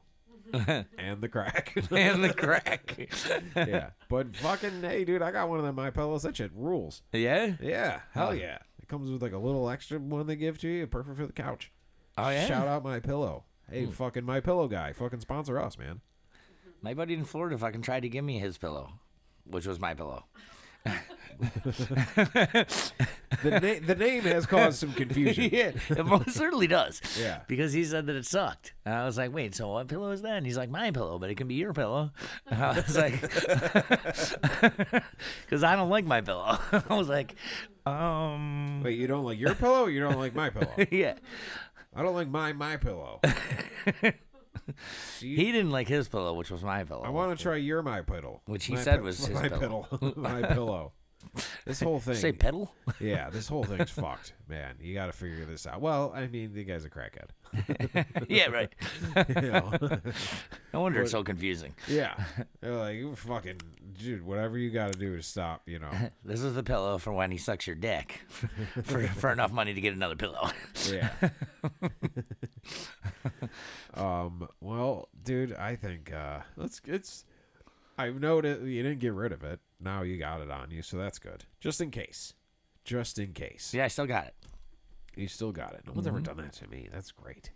and the crack. and the crack. yeah, but fucking hey, dude, I got one of them my pillows. That shit rules. yeah? Yeah, hell yeah. It comes with like a little extra one they give to you, perfect for the couch. Oh, yeah. Hmm. Shout out my pillow. Hey, fucking my pillow guy, fucking sponsor us, man. My buddy in Florida fucking tried to give me his pillow, which was my pillow. The na- the name has caused some confusion. yeah, it most certainly does. Yeah. Because he said that it sucked. And I was like, wait, so what pillow is that? And he's like, my pillow, but it can be your pillow. And I was like, because I don't like my pillow. I was like, um, Wait, you don't like your pillow? You don't like my pillow? yeah. I don't like my my pillow. See, He didn't like his pillow, which was my pillow. I want to try your my pillow, Which he My said pi- was his my pillow. my pillow. This whole thing. Say pedal? yeah, this whole thing's fucked, man. You got to figure this out. Well, I mean, the guy's a crackhead. yeah, right. You know? No wonder it's so confusing. yeah, they're like, you fucking dude, whatever you got to do to stop, you know. This is the pillow for when he sucks your dick for, for enough money to get another pillow. Yeah. um. Well, dude, I think uh, let's. It's. I've noticed you didn't get rid of it. Now you got it on you, so that's good. Just in case. Just in case. yeah, I still got it. You still got it. No one's ever done that to me. That's great.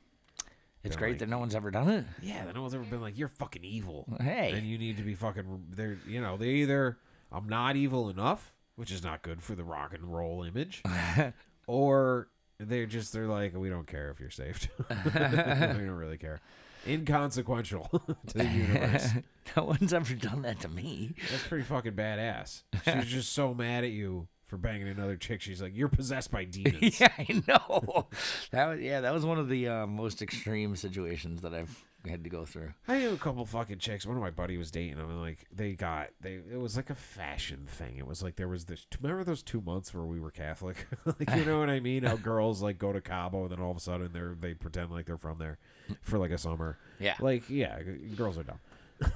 It's Don't great like that no one's ever done it. Yeah, no one's ever been like, you're fucking evil. Hey. And you need to be fucking. They're, you know, they either, I'm not evil enough, which is not good for the rock and roll image, or they're just, they're like, we don't care if you're saved. we don't really care. Inconsequential to the universe. no one's ever done that to me. That's pretty fucking badass. She's just so mad at you for banging another chick. She's like, you're possessed by demons. yeah, I know. that was yeah, that was one of the uh, most extreme situations that I've had to go through. I knew a couple fucking chicks. One of my buddy was dating them, and like they got they. It was like a fashion thing. It was like there was this. Remember those two months where we were Catholic? like you know what I mean? How girls like go to Cabo, and then all of a sudden they are they pretend like they're from there for like a summer. Yeah. Like yeah, g- girls are dumb.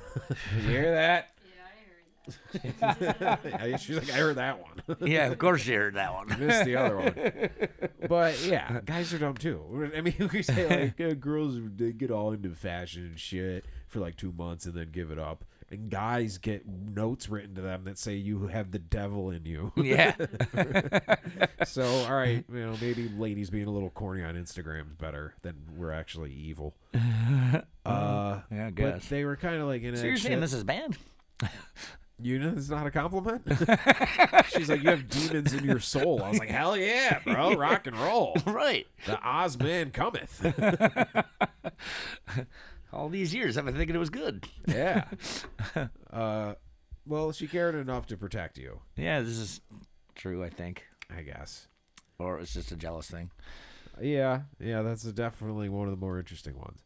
you hear that? Yeah, I heard that. Yeah, She's like, I heard that one. yeah, of course you heard that one. Missed the other one. But yeah, guys are dumb too. I mean, we say like uh, girls they get all into fashion and shit for like two months and then give it up, and guys get notes written to them that say you have the devil in you. yeah. so all right, you know maybe ladies being a little corny on Instagram is better than we're actually evil. Uh, Yeah, I but guess. they were kind of like in. So you're saying this is bad? You know, it's not a compliment. She's like, you have demons in your soul. I was like, hell yeah, bro, rock and roll. Right. The Oz man cometh. All these years I've been thinking it was good. Yeah. Uh, well, she cared enough to protect you, Yeah, this is true, I think. I guess. Or it was just a jealous thing. Yeah, yeah, that's definitely one of the more interesting ones.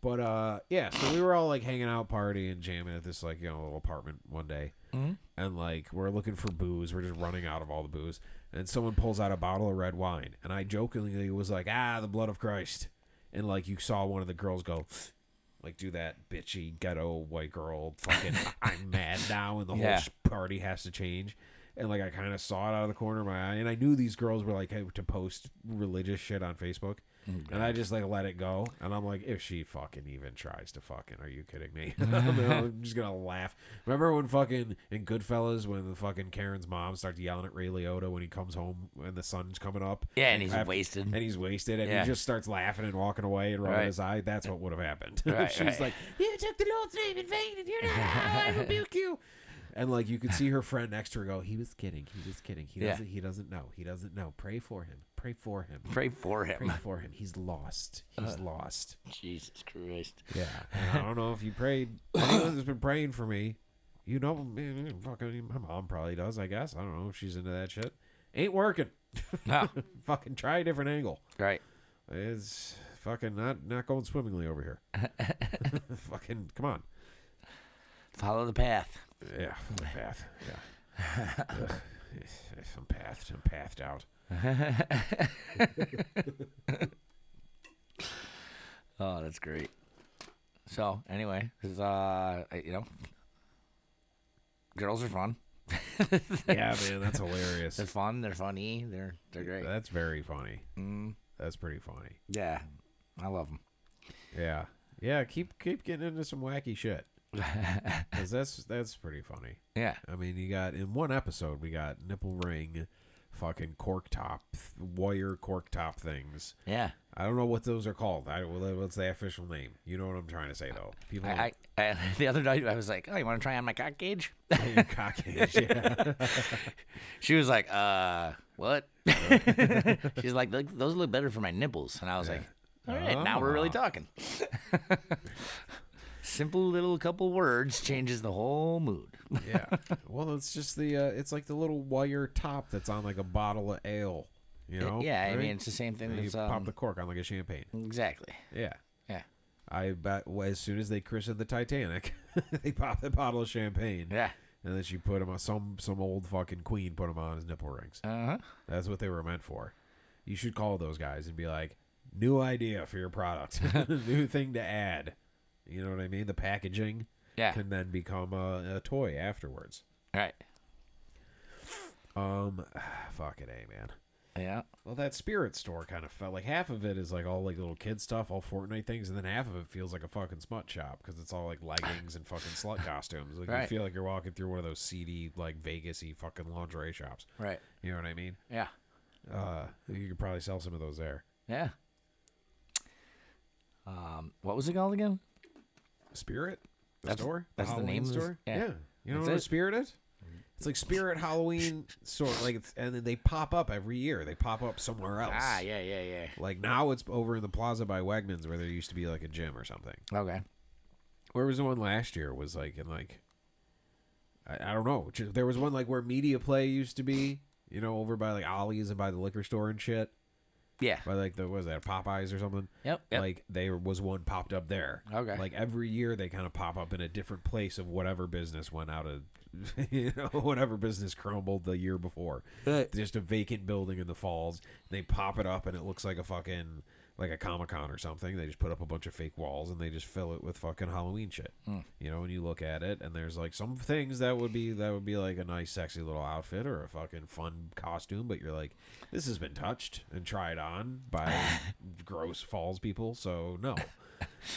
but uh, yeah, so we were all like hanging out, partying, jamming at this like you know little apartment one day, and like we're looking for booze. We're just running out of all the booze, and someone pulls out a bottle of red wine, and I jokingly was like, "Ah, the blood of Christ," and like you saw one of the girls go. Like do that bitchy ghetto white girl fucking I'm mad now and the Yeah. whole sh- party has to change. And like I kind of saw it out of the corner of my eye, and I knew these girls were like to post religious shit on Facebook, Mm-hmm. and I just like let it go. And I'm like, if she fucking even tries to fucking, are you kidding me? I'm, I'm just gonna laugh. Remember when fucking in Goodfellas when the fucking Karen's mom starts yelling at Ray Liotta when he comes home and the sun's coming up? Yeah, and he's After- wasted. and he's wasted, and Yeah. he just starts laughing and walking away and rolling Right. his eye. That's what would have happened. Right, She's right. like, "You took the Lord's name in vain, and you're not. I rebuke you." And like you could see her friend next to her go, "He was kidding. He was kidding. He Yeah. doesn't. He doesn't know. He doesn't know. Pray for him. Pray for him. Pray for him. Pray for him. He's lost. He's lost. Jesus Christ. Yeah. And I don't know if you prayed. Anyone that's been praying for me, you know, man, fucking my mom probably does. I guess I don't know if she's into that shit. Ain't working. No. fucking try a different angle. Ah, right. It's fucking not not going swimmingly over here. fucking come on. Follow the path. Yeah, the path. Yeah. Ugh. I'm pathed. I'm pathed out. Oh, that's great. So anyway, this is, uh, you know, girls are fun. Yeah, man, that's hilarious. They're fun. They're funny. They're they're great. That's very funny. That's pretty funny. Yeah, I love them. Yeah, yeah. Keep keep getting into some wacky shit. 'Cause that's that's pretty funny. Yeah. I mean, you got in one episode we got nipple ring, fucking cork top, wire cork top things. Yeah. I don't know what those are called. I what's the official name? You know what I'm trying to say though. People I, I, I the other night I was like, "Oh, you want to try on my cock gauge?" don't- your cock is, yeah. She was like, "Uh, what?" She's like, "Look, "Those look better for my nipples," and I was like, "All right, now we're really Ah. talking." Simple little couple words changes the whole mood. yeah. Well, it's just the uh, it's like the little wire top that's on like a bottle of ale. You know? yeah, I right? mean, it's the same thing. And you That's, pop um, the cork on like a champagne. exactly. Yeah. Yeah. I bet well, as soon as they christened the Titanic, they popped the bottle of champagne. Yeah. And then she put him on some some old fucking queen put him on his nipple rings. Uh huh. That's what they were meant for. You should call those guys and be like, new idea for your product, new thing to add. You know what I mean? The packaging Yeah. can then become a, a toy afterwards. All right. Um, fucking a man. Yeah. Well, that spirit store kind of felt like half of it is like all like little kid stuff, all Fortnite things, and then half of it feels like a fucking smut shop because it's all like leggings and fucking slut costumes. Like you Right. feel like you're walking through one of those seedy like Vegasy fucking lingerie shops. Right. You know what I mean? Yeah. Uh, you could probably sell some of those there. Yeah. Um, what was it called again? Spirit? The That's- store? that's the Halloween name of the s- store? yeah. yeah. You know That's what it. Spirit is? It's like Spirit Halloween store. Like, it's, and then they pop up every year. They pop up somewhere else. Ah, yeah, yeah, yeah. Like now it's over in the plaza by Wegmans where there used to be like a gym or something. Okay. Where was the one last year? Was like in like, I, I don't know. Ju- There was one like where Media Play used to be. You know, over by like Ollie's and by the liquor store and shit. Yeah. By like the what was that Popeyes or something? Yep, yep. Like there was one popped up there. Okay. Like every year they kind of pop up in a different place of whatever business went out of, you know, whatever business crumbled the year before. Right. Just a vacant building in the falls. They pop it up and it looks like a fucking like a comic con or something. They just put up a bunch of fake walls and they just fill it with fucking Halloween shit. Hmm. You know, and you look at it and there's like some things that would be that would be like a nice sexy little outfit or a fucking fun costume, but you're like, this has been touched and tried on by gross falls people, so no.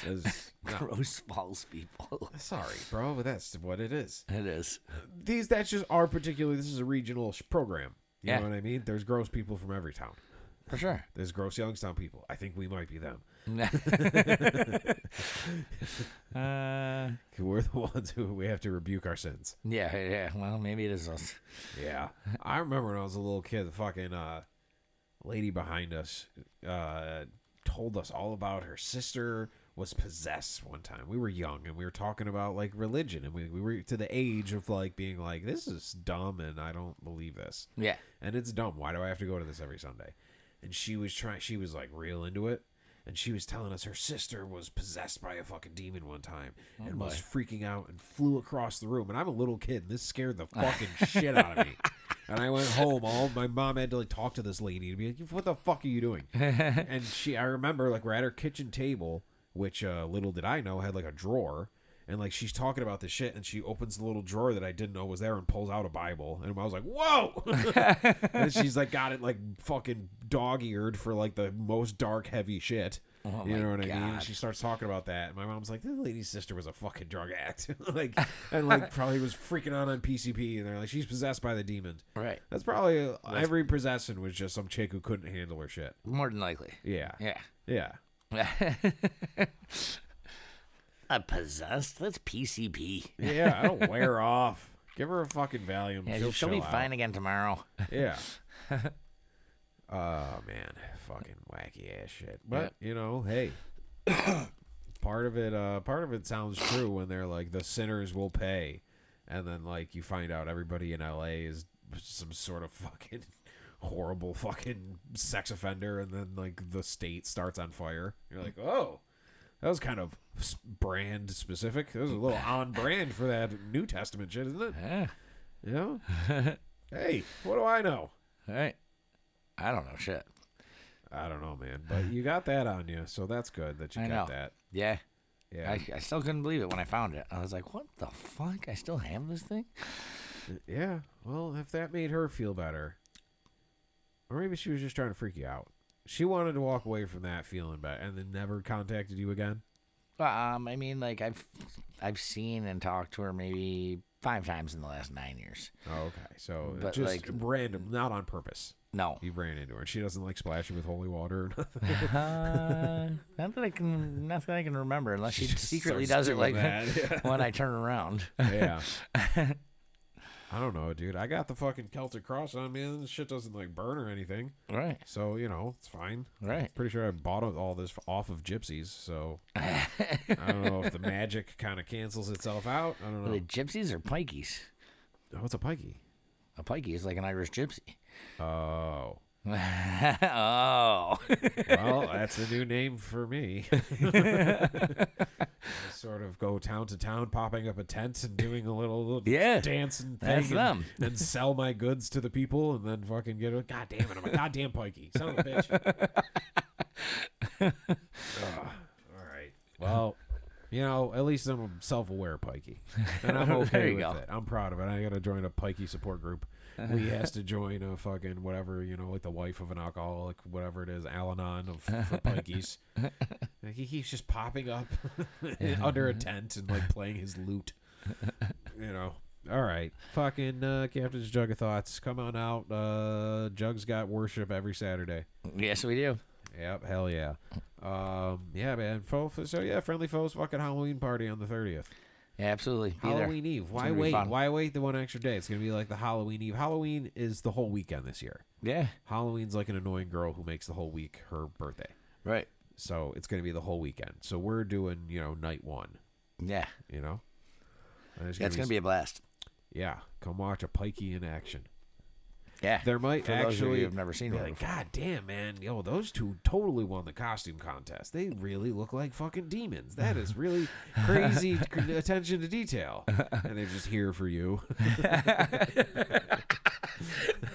It's- no. Gross false people. Sorry, bro, but that's what it is. it is. These that's just our particular this is a regional sh- program. You Yeah. know what I mean? There's gross people from every town. For sure. There's gross Youngstown people. I think we might be them. uh, 'Cause We're the ones who we have to rebuke our sins. Yeah, yeah. Well, maybe it is us. Yeah. I remember when I was a little kid, the fucking uh, lady behind us uh, told us all about her sister was possessed one time. We were young and we were talking about like religion and we, we were to the age of like being like, this is dumb and I don't believe this. Yeah. And it's dumb. Why do I have to go to this every Sunday? And she was trying, she was like real into it. And she was telling us her sister was possessed by a fucking demon one time and was freaking out and flew across the room. And I'm a little kid, and this scared the fucking shit out of me. And I went home. All my mom had to like talk to this lady to be like, "What the fuck are you doing?" and she, I remember, like we're at her kitchen table, which uh, little did I know had like a drawer, and like she's talking about this shit, and she opens the little drawer that I didn't know was there and pulls out a Bible, and I was like, "Whoa!" and she's like got it like fucking dog eared for like the most dark heavy shit. you know what I mean? And Oh God. she starts talking about that, and my mom's like, "This lady's sister was a fucking drug addict, like, and like probably was freaking out on PCP." And they're like, "She's possessed by the demon." Right. That's probably uh, every possession was just some chick who couldn't handle her shit. More than likely. Yeah, Yeah. yeah. A possessed? That's PCP. Yeah, it'll wear off. Give her a fucking Valium. Yeah, she'll she'll, be chill out. fine again tomorrow. Yeah. oh man, fucking wacky ass shit. But you know, hey, part of it, uh, part of it sounds true when they're like the sinners will pay, and then like you find out everybody in L.A. is some sort of fucking horrible fucking sex offender, and then like the state starts on fire. You're like, oh. That was kind of s- brand specific. That was a little on brand for that New Testament shit, isn't it? Yeah. You know? hey, what do I know? All right. I don't know shit. I don't know, man. But you got that on you, so that's good that you I got know. that. Yeah. Yeah, I, I still couldn't believe it when I found it. I was like, what the fuck? I still have this thing? yeah. Well, if that made her feel better, or maybe she was just trying to freak you out. she wanted to walk away from that feeling bad, and then never contacted you again. Well, um, I mean, like I've I've seen and talked to her maybe five times in the last nine years. Oh, okay. So But, just like- random, not on purpose. No, You ran into her. She doesn't like splashing with holy water or nothing. uh, not that I can, not that I can remember, unless she, just secretly starts does it like doing that, when I turn around. yeah. I don't know, dude. I got the fucking Celtic cross on me, and this shit doesn't like burn or anything. right, So you know, it's fine. right. Pretty sure I bought all this off of gypsies. So I don't know if the magic kind of cancels itself out. I don't know. The gypsies or pikies? Oh, it's a pikey. A pikey is like an Irish gypsy. Oh. oh, Well, that's a new name for me. sort of go town to town, popping up a tent and doing a little, little Yeah, dance and thing that's and, them. and sell my goods to the people and then fucking get a God damn it, I'm a goddamn pikey. Son of a bitch. Ugh, all right. Well, you know, at least I'm a self aware pikey. And I'm okay There you with go. it. I'm proud of it. I gotta join a pikey support group. Lee has to join a fucking whatever, you know, like the wife of an alcoholic, whatever it is, Al Anon of for pikies. Like, He keeps just popping up under a tent and like playing his lute. You know. All right, fucking uh, Captain's Jug of Thoughts, come on out. Uh, Jug's got worship every Saturday. yes, we do. Yep, hell yeah. Um, yeah, man. Fo- So yeah, friendly foes, fucking Halloween party on the thirtieth. Yeah, absolutely. Be there. Halloween Eve. Why gonna be wait? fun. Why wait the one extra day? It's gonna be like the Halloween Eve. Halloween is the whole weekend this year. Yeah, Halloween's like an annoying girl who makes the whole week her birthday. right. So it's gonna be the whole weekend. So we're doing you know night one. Yeah, You know, And there's that's gonna s- be a blast. yeah. Come watch a pikey in action. Yeah, There might For those of you actually who've never seen be one like, God damn, man, yo, those two totally won the costume contest. They really look like fucking demons. That is really crazy cr- attention to detail, and they're just here for you.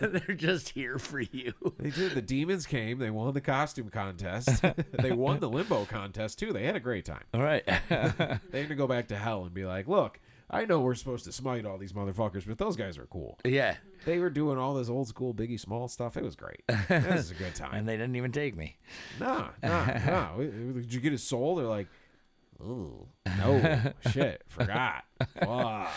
they're just here for you. They did. The demons came. They won the costume contest. they won the limbo contest too. They had a great time. All right. They're gonna go back to hell and be like, look. I know we're supposed to smite all these motherfuckers, but those guys are cool. yeah, They were doing all this old school Biggie Small stuff. It was great. This is a good time. and they didn't even take me. Nah, nah, nah. Did you get his soul? They're like, ooh, no, shit, forgot. Uh, Fuck.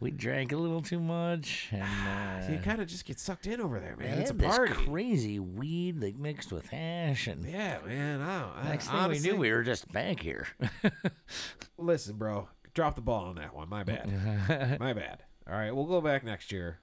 We drank a little too much, and uh, So you kind of just get sucked in over there, man. They it's a had this party. crazy weed like mixed with hash, and yeah, man. I don't, I, next thing honestly, we knew, we were just back here. Listen, bro, drop the ball on that one. My bad. My bad. All right, we'll go back next year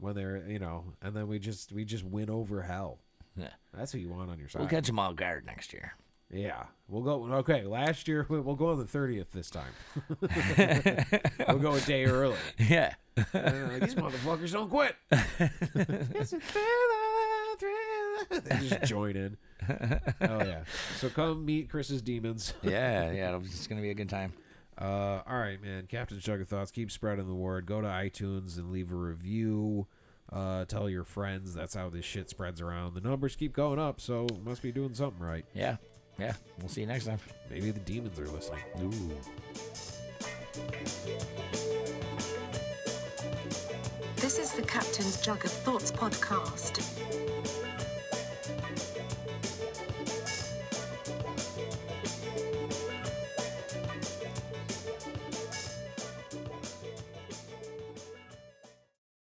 when they're, you know, and then we just we just win over hell. Yeah. That's what you want on your side. we'll catch them all guard next year. Yeah, we'll go. Okay, last year we- we'll go on the thirtieth this time. we'll go a day early. Yeah, And they're like, These motherfuckers don't quit. it's a thriller, thriller. They just join in. Oh yeah. So come meet Chris's demons. yeah, yeah. It's gonna be a good time. Uh, all right, man. Captain Chugga Thoughts. Keep spreading the word. Go to iTunes and leave a review. Uh, tell your friends. That's how this shit spreads around. The numbers keep going up, so it must be doing something right. Yeah, yeah. We'll see you next time. Maybe the demons are listening. This is the Captain's Jug of Thoughts podcast.